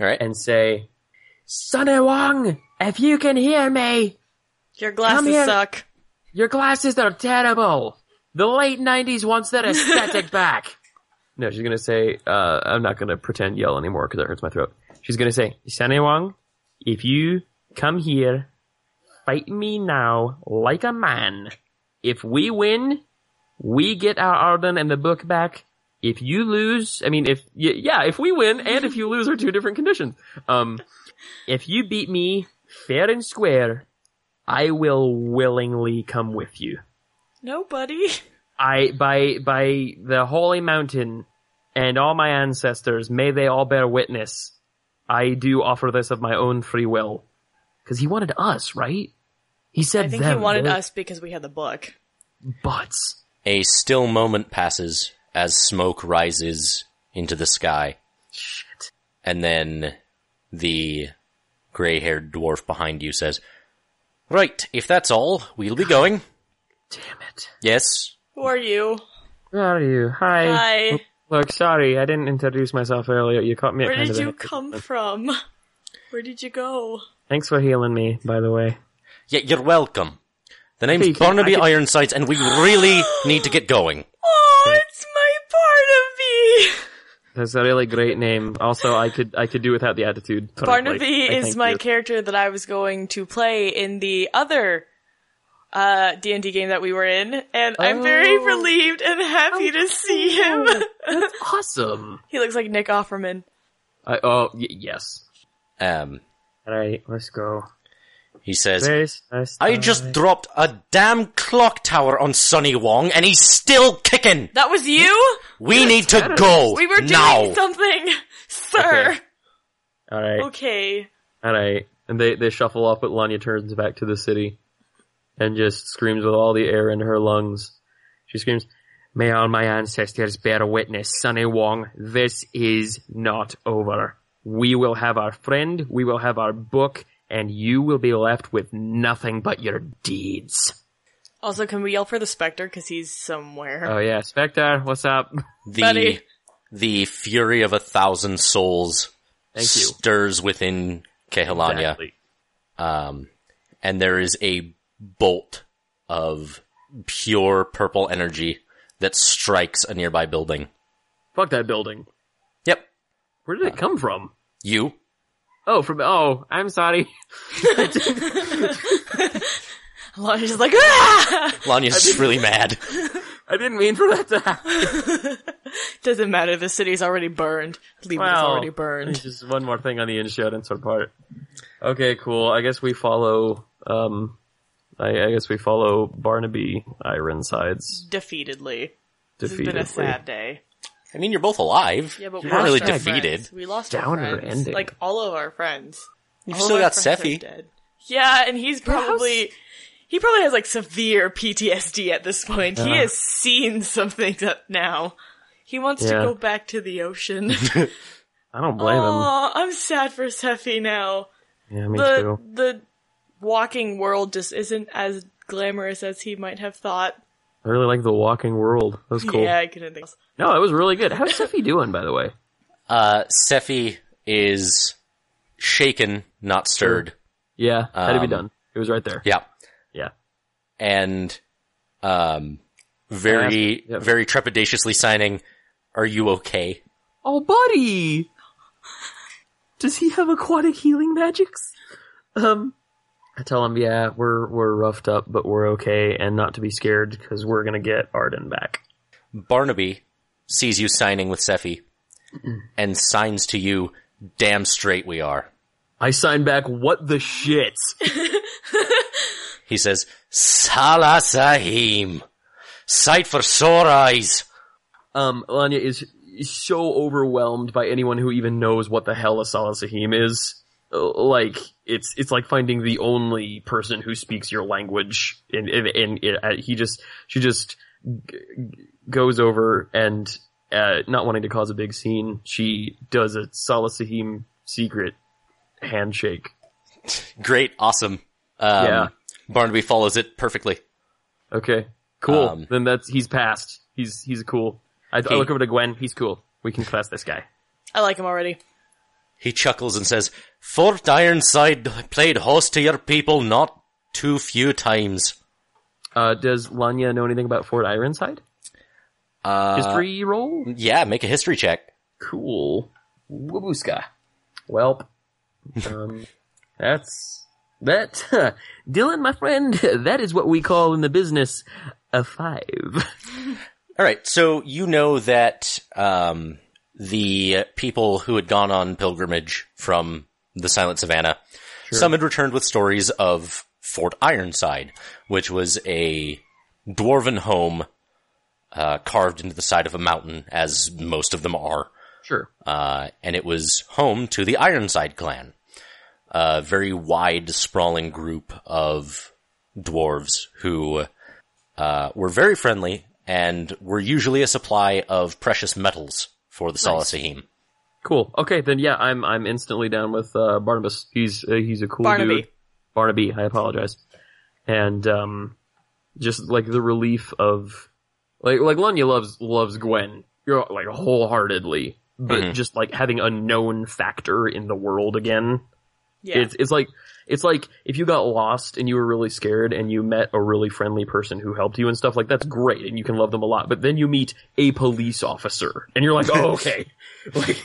S1: All right.
S3: and say, Sunny Wong, if you can hear me,
S2: Your
S3: Come
S2: glasses
S3: here.
S2: suck.
S3: your glasses are terrible. The late 90s wants that aesthetic back. No, she's gonna say, uh, I'm not gonna pretend yell anymore because that hurts my throat. She's gonna say, Sunny Wong, if you come here, fight me now like a man. If we win, we get our Arden and the book back. If you lose, I mean, if y- yeah, if we win and if you lose are two different conditions. Um, if you beat me fair and square, I will willingly come with you.
S2: Nobody.
S3: I by by the holy mountain and all my ancestors, may they all bear witness. I do offer this of my own free will, because he wanted us, right? He said
S2: I think
S3: them,
S2: he wanted
S3: they-
S2: us because we had the book.
S3: butts.
S1: A still moment passes as smoke rises into the sky.
S3: Shit.
S1: And then the gray haired dwarf behind you says, Right, if that's all, we'll be going.
S3: Damn it.
S1: Yes.
S2: Who are you?
S3: Where are you? Hi.
S2: Hi.
S3: Look, sorry, I didn't introduce myself earlier. You caught me at
S2: Where
S3: kind
S2: did
S3: of
S2: you
S3: an-
S2: come from? Where did you go?
S3: Thanks for healing me, by the way.
S1: Yeah, you're welcome. The name's
S3: Hey, can-
S1: Barnaby
S3: I can-
S1: Ironsides, and we really need to get going.
S2: Oh, it's my
S3: That's a really great name. Also, I could I could do without the attitude. but, like,
S2: Barnaby. Barnaby
S3: I
S2: is
S3: thank
S2: my
S3: you.
S2: character that I was going to play in the other uh D&D game that we were in, and I'm very
S3: Oh.
S2: relieved and happy to see him.
S3: That's awesome.
S2: he looks like Nick Offerman.
S3: I, oh y- yes.
S1: Um,
S3: All right, let's go.
S1: he says,
S3: Where's us?
S1: I just dropped a damn clock tower on Sonny Wong, and he's still kicking.
S2: That was you?
S1: We need to go
S2: We were doing
S1: now.
S2: something, sir.
S3: Okay. All right,
S2: okay.
S3: all right. And they they shuffle off, but Lanya turns back to the city, and just screams with all the air in her lungs. She screams, "May all my ancestors bear witness, Sunny Wong. This is not over. We will have our friend, we will have our book, and you will be left with nothing but your deeds."
S2: Also, can we yell for the specter because he's somewhere?
S3: Oh yeah, Spectre, what's up?
S1: the
S2: Buddy.
S1: the fury of a thousand souls
S3: Thank you.
S1: stirs within Kehlania,
S3: Exactly.
S1: and there is a bolt of pure purple energy that strikes a nearby building.
S3: Fuck that building.
S1: Yep,
S3: Where did it come from?
S1: you.
S3: Oh, from oh, I'm sorry.
S2: Lonnie's just like, ah!
S1: Lanya's just really mad.
S3: I didn't mean for that to happen.
S2: Doesn't matter. The city's already burned. Leave it's already
S3: It's
S2: burned.
S3: just one more thing on the insurance part. Okay, cool. I guess we follow. Um, I, I guess we follow Barnaby Ironsides
S2: Defeatedly. This has
S3: defeatedly.
S2: been a sad day.
S1: I mean, you're both alive.
S2: Yeah, but
S1: you're
S2: we
S1: not
S2: lost
S1: really
S2: our
S1: defeated.
S2: friends. We lost
S3: Downer
S2: our friends.
S3: ending.
S2: Like all of our friends.
S1: You've
S2: All
S1: still
S2: of
S1: got
S2: our friends are
S1: Seffy.
S2: dead. Yeah, and he's probably he probably has like severe PTSD at this point. He
S3: Yeah.
S2: has seen something up now. He wants
S3: Yeah.
S2: to go back to the ocean.
S3: I don't blame him.
S2: Aw, I'm sad for Seffy now.
S3: Yeah, me
S2: Oh, the
S3: too.
S2: the walking world just isn't as glamorous as he might have thought.
S3: I really like the walking world. That was cool.
S2: Yeah, I couldn't think. of-
S3: No, that was really good. How's Seffy doing, by the way?
S1: Uh, Seffy is shaken, not stirred.
S3: Yeah, had to be
S1: Um,
S3: done. It was right there.
S1: Yeah.
S3: Yeah.
S1: And, um, very,
S3: Yeah.
S1: very trepidatiously signing, are you okay?
S3: Oh, buddy! Does he have aquatic healing magics? Um, I tell him, yeah, we're we're roughed up, but we're okay, and not to be scared because we're gonna get Arden back.
S1: Barnaby sees you signing with Seffy and signs to you, damn straight we are.
S3: I sign back. What the shit?
S1: He says, Salah Sahim, sight for sore eyes.
S3: Um, Lanya is is so overwhelmed by anyone who even knows what the hell a Salasahim is. Uh, Like it's it's like finding the only person who speaks your language, and and, and it, uh, he just she just g- g- goes over and uh, not wanting to cause a big scene, she does a Salasahim secret handshake.
S1: Great, awesome. Um,
S3: Yeah.
S1: Barnaby follows it perfectly.
S3: Okay, cool.
S1: Um,
S3: then that's he's passed. He's he's cool. I, I
S1: He-
S3: look over to Gwen. He's cool. We can class this guy.
S2: I like him already.
S1: He chuckles and says, Fort Ironside played host to your people not too few times.
S3: Uh, does Lanya know anything about Fort Ironside?
S1: Uh,
S3: History roll?
S1: Yeah, make a history check.
S3: Cool. Wabuska. Welp. Um, that's, that, Dylan, my friend, that is what we call in the business a five.
S1: All right, so you know that um, the people who had gone on pilgrimage from the Silent Savannah, some had returned with stories of Fort Ironside, which was a dwarven home uh, carved into the side of a mountain, as most of them are.
S3: Sure.
S1: uh, and it was home to the Ironside clan, a very wide, sprawling group of dwarves who uh, were very friendly and were usually a supply of precious metals for the Salasahim.
S3: Cool. Okay, then yeah, I'm, I'm instantly down with, uh, Barnabas. He's, uh, he's a cool
S2: Barnaby.
S3: dude. Barnaby, I apologize. And, um, just like the relief of, like, like Lanya loves, loves Gwen, you know, like wholeheartedly, but
S1: Mhm.
S3: just like having a known factor in the world again.
S2: Yeah.
S3: It's it's like it's like if you got lost and you were really scared and you met a really friendly person who helped you and stuff like that's great and you can love them a lot. But then you meet a police officer and you're like, oh okay, like,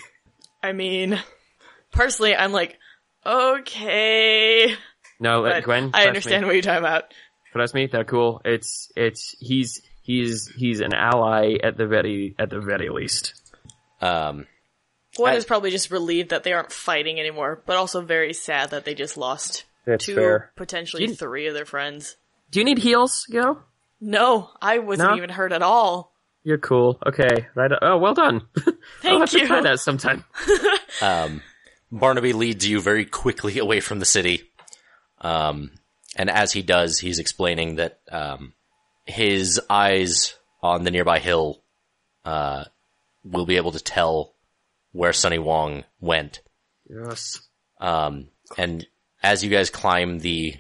S2: I mean, personally, I'm like, okay.
S3: no, uh,
S2: But
S3: Gwen,
S2: I
S3: trust
S2: understand
S3: Me.
S2: what you're talking about.
S3: Trust me, they're cool. It's it's he's he's he's an ally at the very at the very least.
S1: Um,
S2: One
S1: I-
S2: is probably just relieved that they aren't fighting anymore, but also very sad that they just lost
S3: That's
S2: two,
S3: fair.
S2: potentially
S3: Didn't-
S2: three of their friends.
S3: Do you need heals, Go?
S2: No, I wasn't
S3: No?
S2: even hurt at all.
S3: You're cool. Okay, right. Oh, well done. I'll have
S2: Thank
S3: to
S2: you.
S3: try that sometime.
S1: um, Barnaby leads you very quickly away from the city. Um, and as he does, he's explaining that um, his eyes on the nearby hill uh, will be able to tell where Sunny Wong went.
S3: Yes.
S1: Um, and as you guys climb the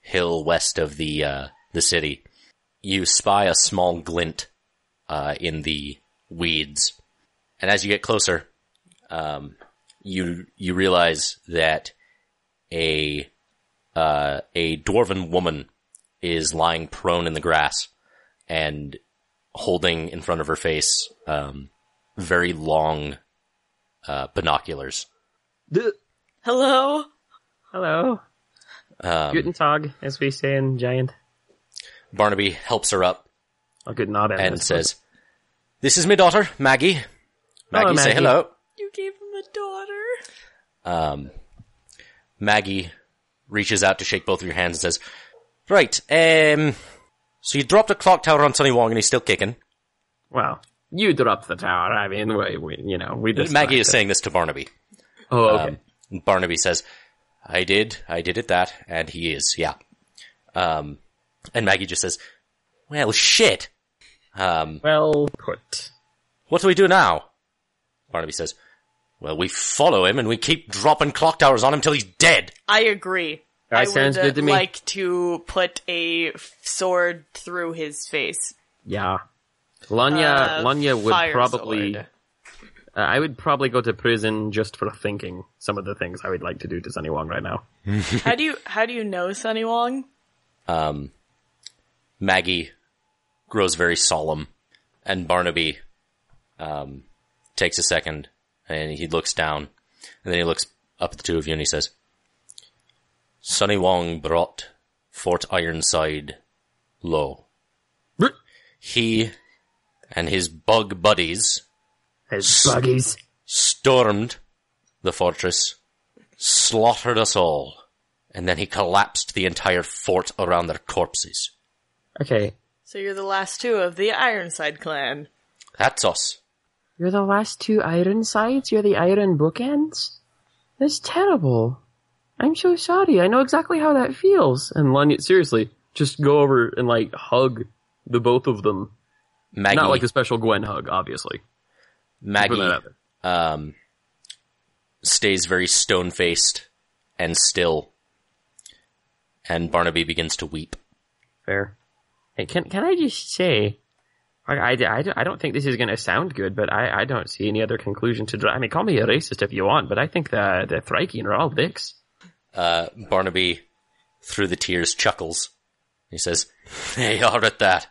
S1: hill west of the uh, the city, you spy a small glint uh, in the weeds. And as you get closer, um, you you realize that a uh, a dwarven woman is lying prone in the grass and holding in front of her face um, very long uh, binoculars.
S3: Duh.
S2: Hello?
S3: Hello.
S1: Um,
S3: Guten Tag, as we say in Giant.
S1: Barnaby helps her up
S3: I'll get nod at
S1: and
S3: this.
S1: says, "This is my daughter, Maggie. Maggie,
S3: Hello,
S1: say
S3: Maggie."
S1: hello."
S2: You gave him a daughter.
S1: Um, Maggie reaches out to shake both of your hands and says, "Right, um, so you dropped a clock tower on Sunny Wong and he's still kicking.
S3: "Wow, you dropped the tower. I mean, we, we you know, we just
S1: Maggie is saying this to Barnaby.
S3: Oh, okay.
S1: Um, Barnaby says, I did, I did it that, and he is, yeah. Um, and Maggie just says, well, shit. Um,
S3: well put.
S1: what do we do now? Barnaby says, well, we follow him and we keep dropping clock towers on him till he's dead.
S2: I agree.
S3: That
S2: I
S3: sounds
S2: would uh,
S3: good to me.
S2: like to put a f- sword through his face.
S3: Yeah. Lanya,
S2: Uh,
S3: Lanya would
S2: fire
S3: probably.
S2: sword.
S3: Uh, I would probably go to prison just for thinking some of the things I would like to do to Sunny Wong right now.
S2: how do you how do you know Sunny Wong?
S1: Um, Maggie grows very solemn and Barnaby, um, takes a second and he looks down and then he looks up at the two of you and he says, Sonny Wong brought Fort Ironside low. he and his bug buddies
S3: His buggies.
S1: stormed the fortress, slaughtered us all, and then he collapsed the entire fort around their corpses.
S3: Okay,
S2: So you're the last two of the Ironside clan.
S1: That's us.
S3: You're the last two iron sides? You're the iron bookends? That's terrible. I'm so sorry. I know exactly how that feels. And Lanya, seriously, just go over and like hug the both of them.
S1: Maggie,
S3: Not like a special Gwen hug, obviously. Put that
S1: Maggie
S3: out there.
S1: um, stays very stone faced and still, and Barnaby begins to weep.
S3: Fair. Hey, can can I just say, I, I, I, I don't think this is going to sound good, but I, I don't see any other conclusion to draw. I mean, call me a racist if you want, but I think the the Thrykean are all dicks.
S1: Uh, Barnaby, through the tears, chuckles. He says, They are at that.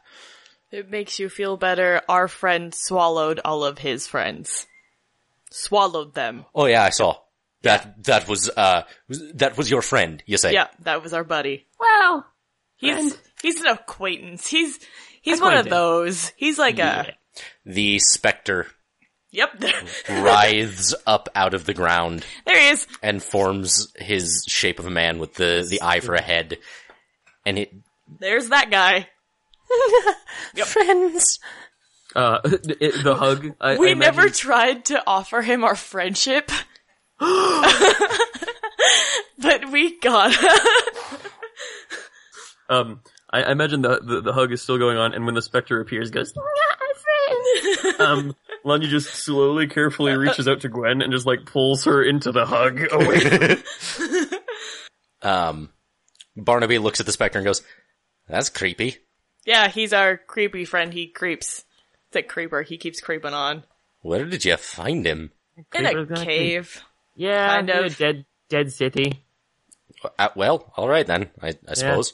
S2: It makes you feel better. Our friend swallowed all of his friends. Swallowed them.
S1: Oh yeah, I saw. That that was uh was- that was your friend, you say.
S2: Yeah, that was our buddy.
S3: Well,
S2: He's
S3: Friend.
S2: he's an acquaintance. He's he's one of
S3: Acquaintance.
S2: those. He's like a
S1: The specter
S2: yep. There,
S1: writhes up out of the ground
S2: there he is.
S1: and forms his shape of a man with the the eye for a head. And it
S2: There's that guy. Friends.
S3: uh, the, the hug. I,
S2: We
S3: I
S2: never
S3: imagine-
S2: tried to offer him our friendship. but we got
S3: Um, I, I imagine the, the the hug is still going on, and when the specter appears, goes. Um, Lanya just slowly, carefully reaches out to Gwen and just like pulls her into the hug away.
S1: um Barnaby looks at the specter and goes, That's creepy.
S2: Yeah, he's our creepy friend. He creeps. It's a creeper. He keeps creeping on.
S1: Where did you find him?
S2: In a
S3: Creeper's gonna
S2: cave.
S3: yeah,
S2: Kind in a of.
S3: dead dead city.
S1: Uh, well, all right then, I, I suppose.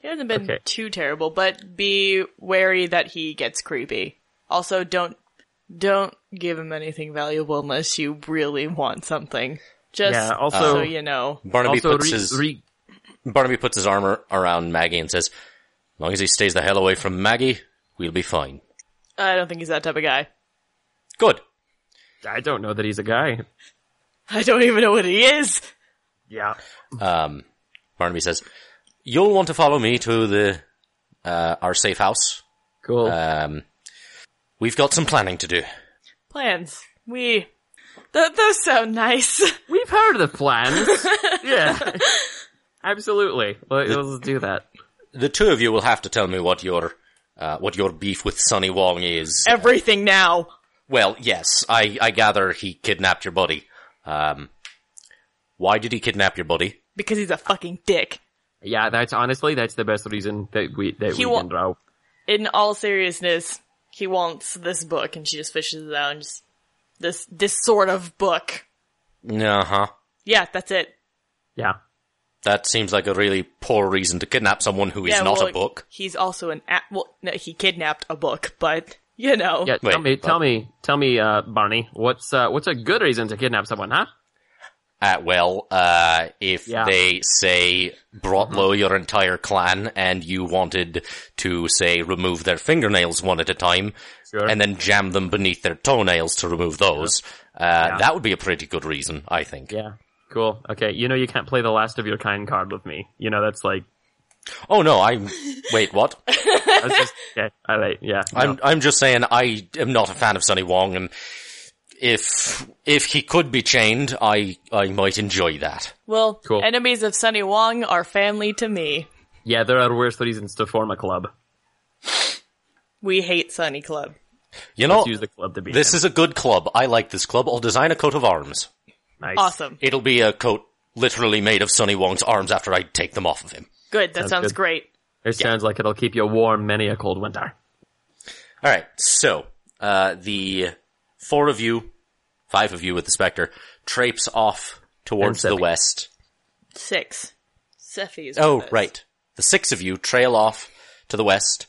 S2: He hasn't been
S3: Okay.
S2: too terrible, but be wary that he gets creepy. Also, don't don't give him anything valuable unless you really want something. Just
S3: Yeah, also-
S2: so you know.
S1: Barnaby
S3: also,
S1: puts
S3: re-
S1: his
S3: re-
S1: Barnaby puts his armor around Maggie and says, "As long as he stays the hell away from Maggie, we'll be fine."
S2: I don't think he's that type of guy.
S1: Good.
S3: I don't know that he's a guy.
S2: I don't even know what he is.
S3: Yeah,
S1: Um, Barnaby says, "You'll want to follow me to the uh, our safe house.
S3: cool.
S1: Um, we've got some planning to do.
S2: Plans. We Th- those sound nice.
S3: We've heard the plans. yeah, absolutely. Let, let's do that.
S1: The two of you will have to tell me what your uh, what your beef with Sonny Wong is.
S2: Everything now.
S1: Well, yes, I I gather he kidnapped your buddy. Um, why did he kidnap your buddy?
S2: Because he's a fucking dick.
S3: Yeah, that's honestly that's the best reason that we that
S2: He
S3: we
S2: wa-
S3: can draw.
S2: in all seriousness, he wants this book, and she just fishes it out and just this this sort of book.
S1: Uh huh.
S2: Yeah, that's it.
S3: Yeah.
S1: That seems like a really poor reason to kidnap someone who is
S2: yeah,
S1: not
S2: well,
S1: a book.
S2: He's also an a- well, no, he kidnapped a book, but you know,
S3: Yeah,
S1: Wait,
S3: tell me,
S1: but-
S3: tell me, tell me, uh, Barney, what's uh, what's a good reason to kidnap someone, huh?
S1: Uh, well, uh, if
S3: Yeah.
S1: they say brought low your entire clan and you wanted to say remove their fingernails one at a time
S3: Sure.
S1: and then jam them beneath their toenails to remove those, uh, that would be a pretty good reason, I think.
S3: Yeah, cool. Okay, you know you can't play the last of your kind card with me. You know that's like
S1: Oh no, I'm. Wait, what?
S3: I was just, okay, all right, yeah. no.
S1: I'm I'm just saying I am not a fan of Sonny Wong, and if if he could be chained, I I might enjoy that.
S2: Well,
S3: Cool.
S2: enemies of Sunny Wong are family to me.
S3: yeah, there are worse reasons to form a club.
S2: We hate Sunny Club.
S1: You
S3: Let's
S1: know,
S3: use the club to be
S1: this is a good club. I like this club. I'll design a coat of arms.
S3: nice.
S2: Awesome.
S1: It'll be a coat literally made of Sonny Wong's arms after I take them off of him.
S2: Good. That
S3: Sounds
S2: sounds,
S3: good.
S2: great.
S3: It sounds like it'll keep you warm many a cold winter.
S1: All right, so uh, the four of you, five of you with the Spectre, traipse off towards
S3: And
S1: the
S3: Seppi.
S1: west.
S2: Six. Sephi is.
S1: Oh,
S2: with us.
S1: right. The six of you trail off to the west.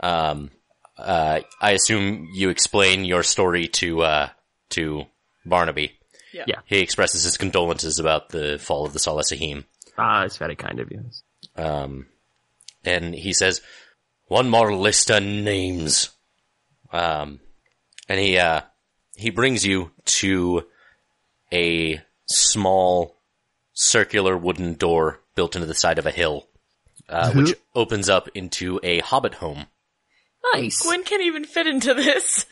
S1: Um, uh, I assume you explain your story to uh, to Barnaby.
S2: Yeah.
S3: Yeah.
S1: He expresses his condolences about the fall of the Salasahim.
S3: Ah, it's very kind of you.
S1: Um, and he says, one more list of names. Um, and he, uh, he brings you to a small circular wooden door built into the side of a hill, uh, which opens up into a hobbit home.
S3: Nice.
S2: Gwen can't even fit into this.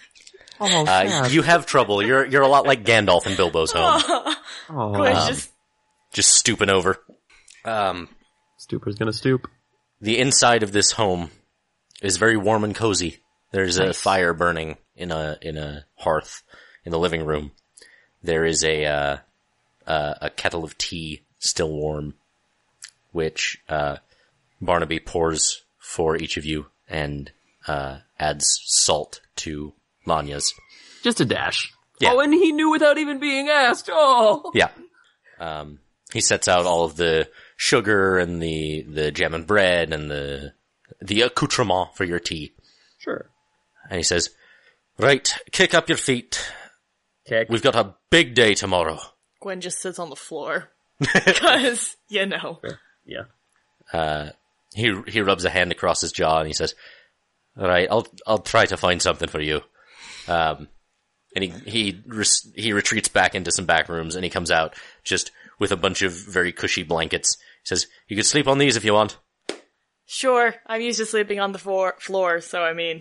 S3: Oh,
S1: Uh,
S3: sad.
S1: you have trouble. You're, you're a lot like Gandalf in Bilbo's home.
S3: Oh,
S2: Gwen just
S1: Just stooping over. Um,
S3: Stooper's gonna stoop.
S1: the inside of this home is very warm and cozy. There's a fire burning in a in a hearth in the living room. There is a uh, uh, a kettle of tea still warm, which uh, Barnaby pours for each of you and uh, adds salt to Lanya's.
S3: Just a dash.
S1: Yeah.
S3: Oh, and he knew without even being asked. Oh.
S1: Yeah. Um, he sets out all of the sugar and the the jam and bread and the the accoutrement for your tea.
S3: Sure.
S1: And he says, Right, kick up your feet.
S3: Kick.
S1: We've got a big day tomorrow.
S2: Gwen just sits on the floor because you know.
S3: Yeah.
S1: He he rubs a hand across his jaw and he says, "All right, I'll I'll try to find something for you." Um, and he he res- he retreats back into some back rooms and he comes out just with a bunch of very cushy blankets. He says, "You could sleep on these if you want."
S2: Sure, I'm used to sleeping on the floor, floor so I mean,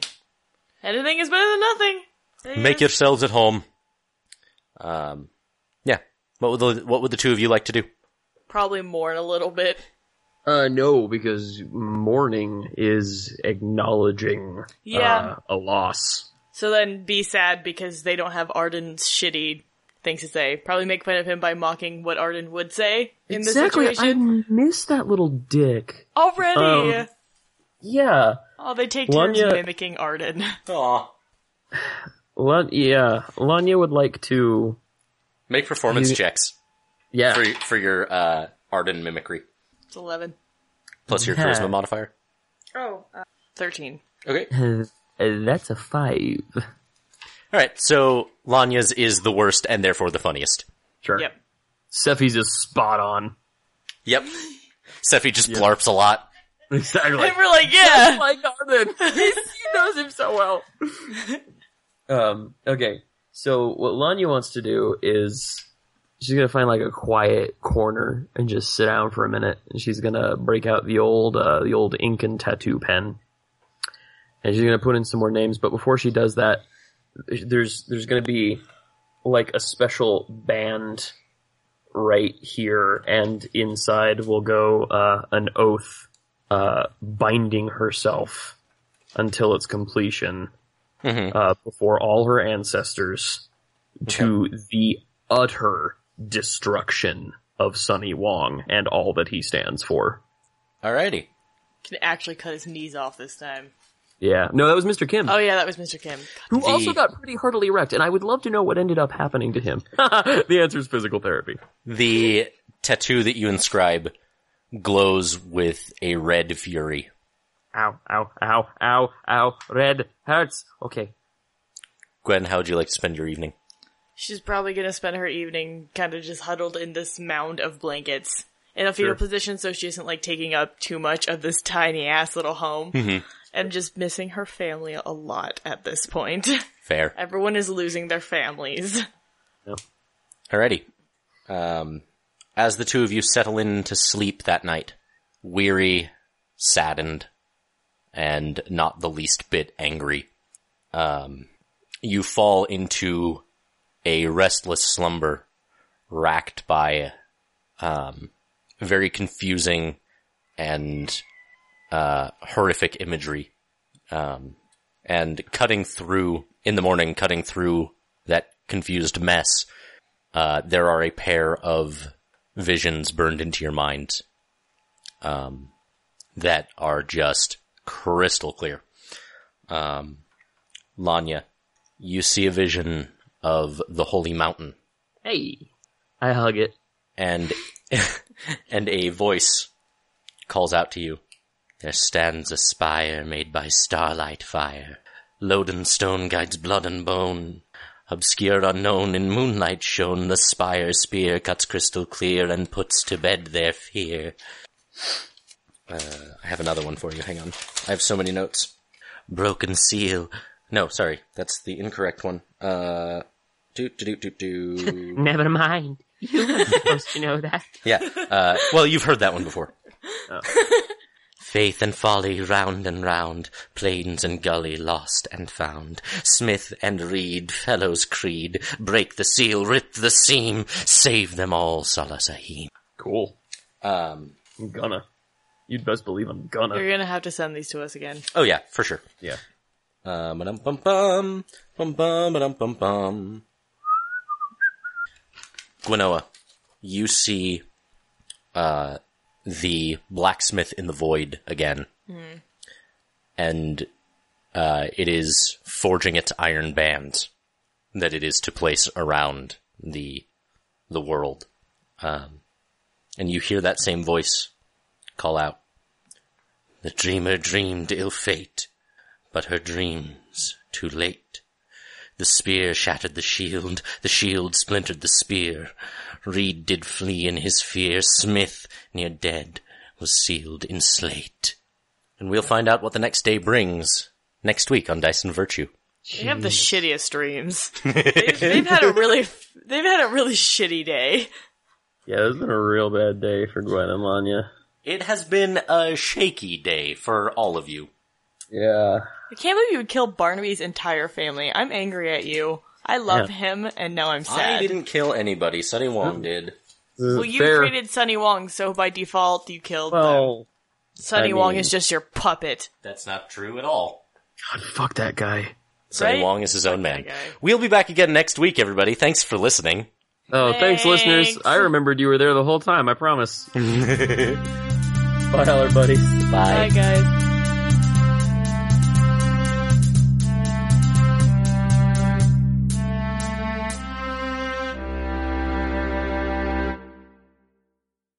S2: anything is better than nothing.
S1: Make yourselves at home. Um, yeah. What would the what would the two of you like to do?
S2: Probably mourn a little bit.
S3: Uh, no, because mourning is acknowledging
S2: Yeah.
S3: uh, a loss.
S2: So then be sad because they don't have Arden's shitty things to say. Probably make fun of him by mocking what Arden would say in this situation.
S3: I miss that little dick.
S2: Already!
S3: Um, Yeah.
S2: oh, they take turns
S3: Lanya-
S2: mimicking Arden.
S1: Aw.
S3: Lan- yeah. Lanya would like to.
S1: Make performance checks
S3: Yeah.
S1: for for your uh, Arden mimicry.
S2: It's 11.
S1: plus your
S3: Yeah.
S1: charisma modifier.
S2: Oh. 13.
S1: Okay.
S3: That's a five.
S1: All right. So Lanya's is the worst and therefore the funniest.
S3: Sure.
S2: Yep.
S3: Seffi's is spot on.
S1: Yep. Sephi just blarps a lot.
S3: Exactly.
S2: They were like, yeah!
S3: Oh my garden. he knows him so well. Um. Okay. So what Lanya wants to do is she's gonna find like a quiet corner and just sit down for a minute, and she's gonna break out the old uh, the old ink and tattoo pen, and she's gonna put in some more names. But before she does that, there's there's gonna be like a special band right here, and inside will go uh, an oath uh, binding herself until its completion uh, before all her ancestors to the utter destruction of Sunny Wong and all that he stands for.
S1: Alrighty.
S2: Can actually cut his knees off this time.
S3: Yeah. No, that was Mr. Kim,
S2: Oh, yeah, that was Mr. Kim.
S3: Uh, who
S1: the-
S3: also got pretty heartily wrecked, and I would love to know what ended up happening to him. the answer is physical therapy.
S1: The tattoo that you inscribe glows with a red fury.
S3: Ow, ow, ow, ow, ow, red hurts. Okay.
S1: Gwen, how would you like to spend your evening?
S2: She's probably gonna spend her evening kind of just huddled in this mound of blankets in a fetal
S3: Sure.
S2: position so she isn't like taking up too much of this tiny ass little home and just missing her family a lot at this point.
S1: Fair.
S2: Everyone is losing their families.
S3: No.
S1: Alrighty. Um, as the two of you settle in to sleep that night, weary saddened, and not the least bit angry. Um, you fall into a restless slumber, racked by um, very confusing and uh, horrific imagery, um, and cutting through in the morning, cutting through that confused mess. Uh, there are a pair of visions burned into your mind, um, that are just crystal clear. Um, Lanya, you see a vision of the holy mountain
S3: Hey, I hug it.
S1: and and a voice calls out to you. There stands a spire made by starlight fire. Loden stone guides blood and bone. Obscure unknown in moonlight shone, the spire spear cuts crystal clear and puts to bed their fear. Uh, I have another one for you. Hang on. I have so many notes. Broken seal. No, sorry. That's the incorrect one. Uh, doot, doot, doot, doot, doot.
S3: Never mind. You were supposed to know that.
S1: Yeah. Uh, well, you've heard that one before. Faith and folly, round and round, plains and gully, lost and found. Smith and Reed, fellows creed, break the seal, rip the seam, save them all, Salah Sahim.
S3: Cool.
S1: Um,
S3: I'm gonna. You'd best believe I'm
S2: You're
S3: gonna.
S2: gonna have to send these to us again.
S1: oh yeah, for sure.
S3: Yeah.
S1: Um, bum bum, bum bum, ba-dum, bum bum. Gwenoa, you see, uh, the blacksmith in the void again. And, uh, it is forging its iron bands that it is to place around the, the world. Um, and you hear that same voice call out. The dreamer dreamed ill fate but her dreams too late. The spear shattered the shield, the shield splintered the spear. Reed did flee in his fear, Smith, near dead, was sealed in slate. And we'll find out what the next day brings next week on Dyson Virtue.
S2: They have the shittiest dreams. they've, they've had a really, they've had a really shitty day.
S3: Yeah, it's been a real bad day for Gwen and Lanya.
S1: It has been a shaky day for all of you.
S3: Yeah.
S2: I can't believe you would kill Barnaby's entire family. I'm angry at you. I love him, and now I'm sad.
S1: I didn't kill anybody, Sunny Wong did.
S2: well, you created Sunny Wong, so by default you killed them.
S3: Well,
S2: Sunny
S3: I
S2: Wong
S3: mean-
S2: is just your puppet.
S1: That's not true at all.
S3: God, fuck that guy.
S1: Sunny
S2: Right?
S1: Wong is his own man.
S2: guy.
S1: We'll be back again next week, everybody. Thanks for listening.
S3: Oh, thanks,
S2: Thanks.
S3: listeners. I remembered you were there the whole time. I promise. Bye, everybody.
S2: Bye guys.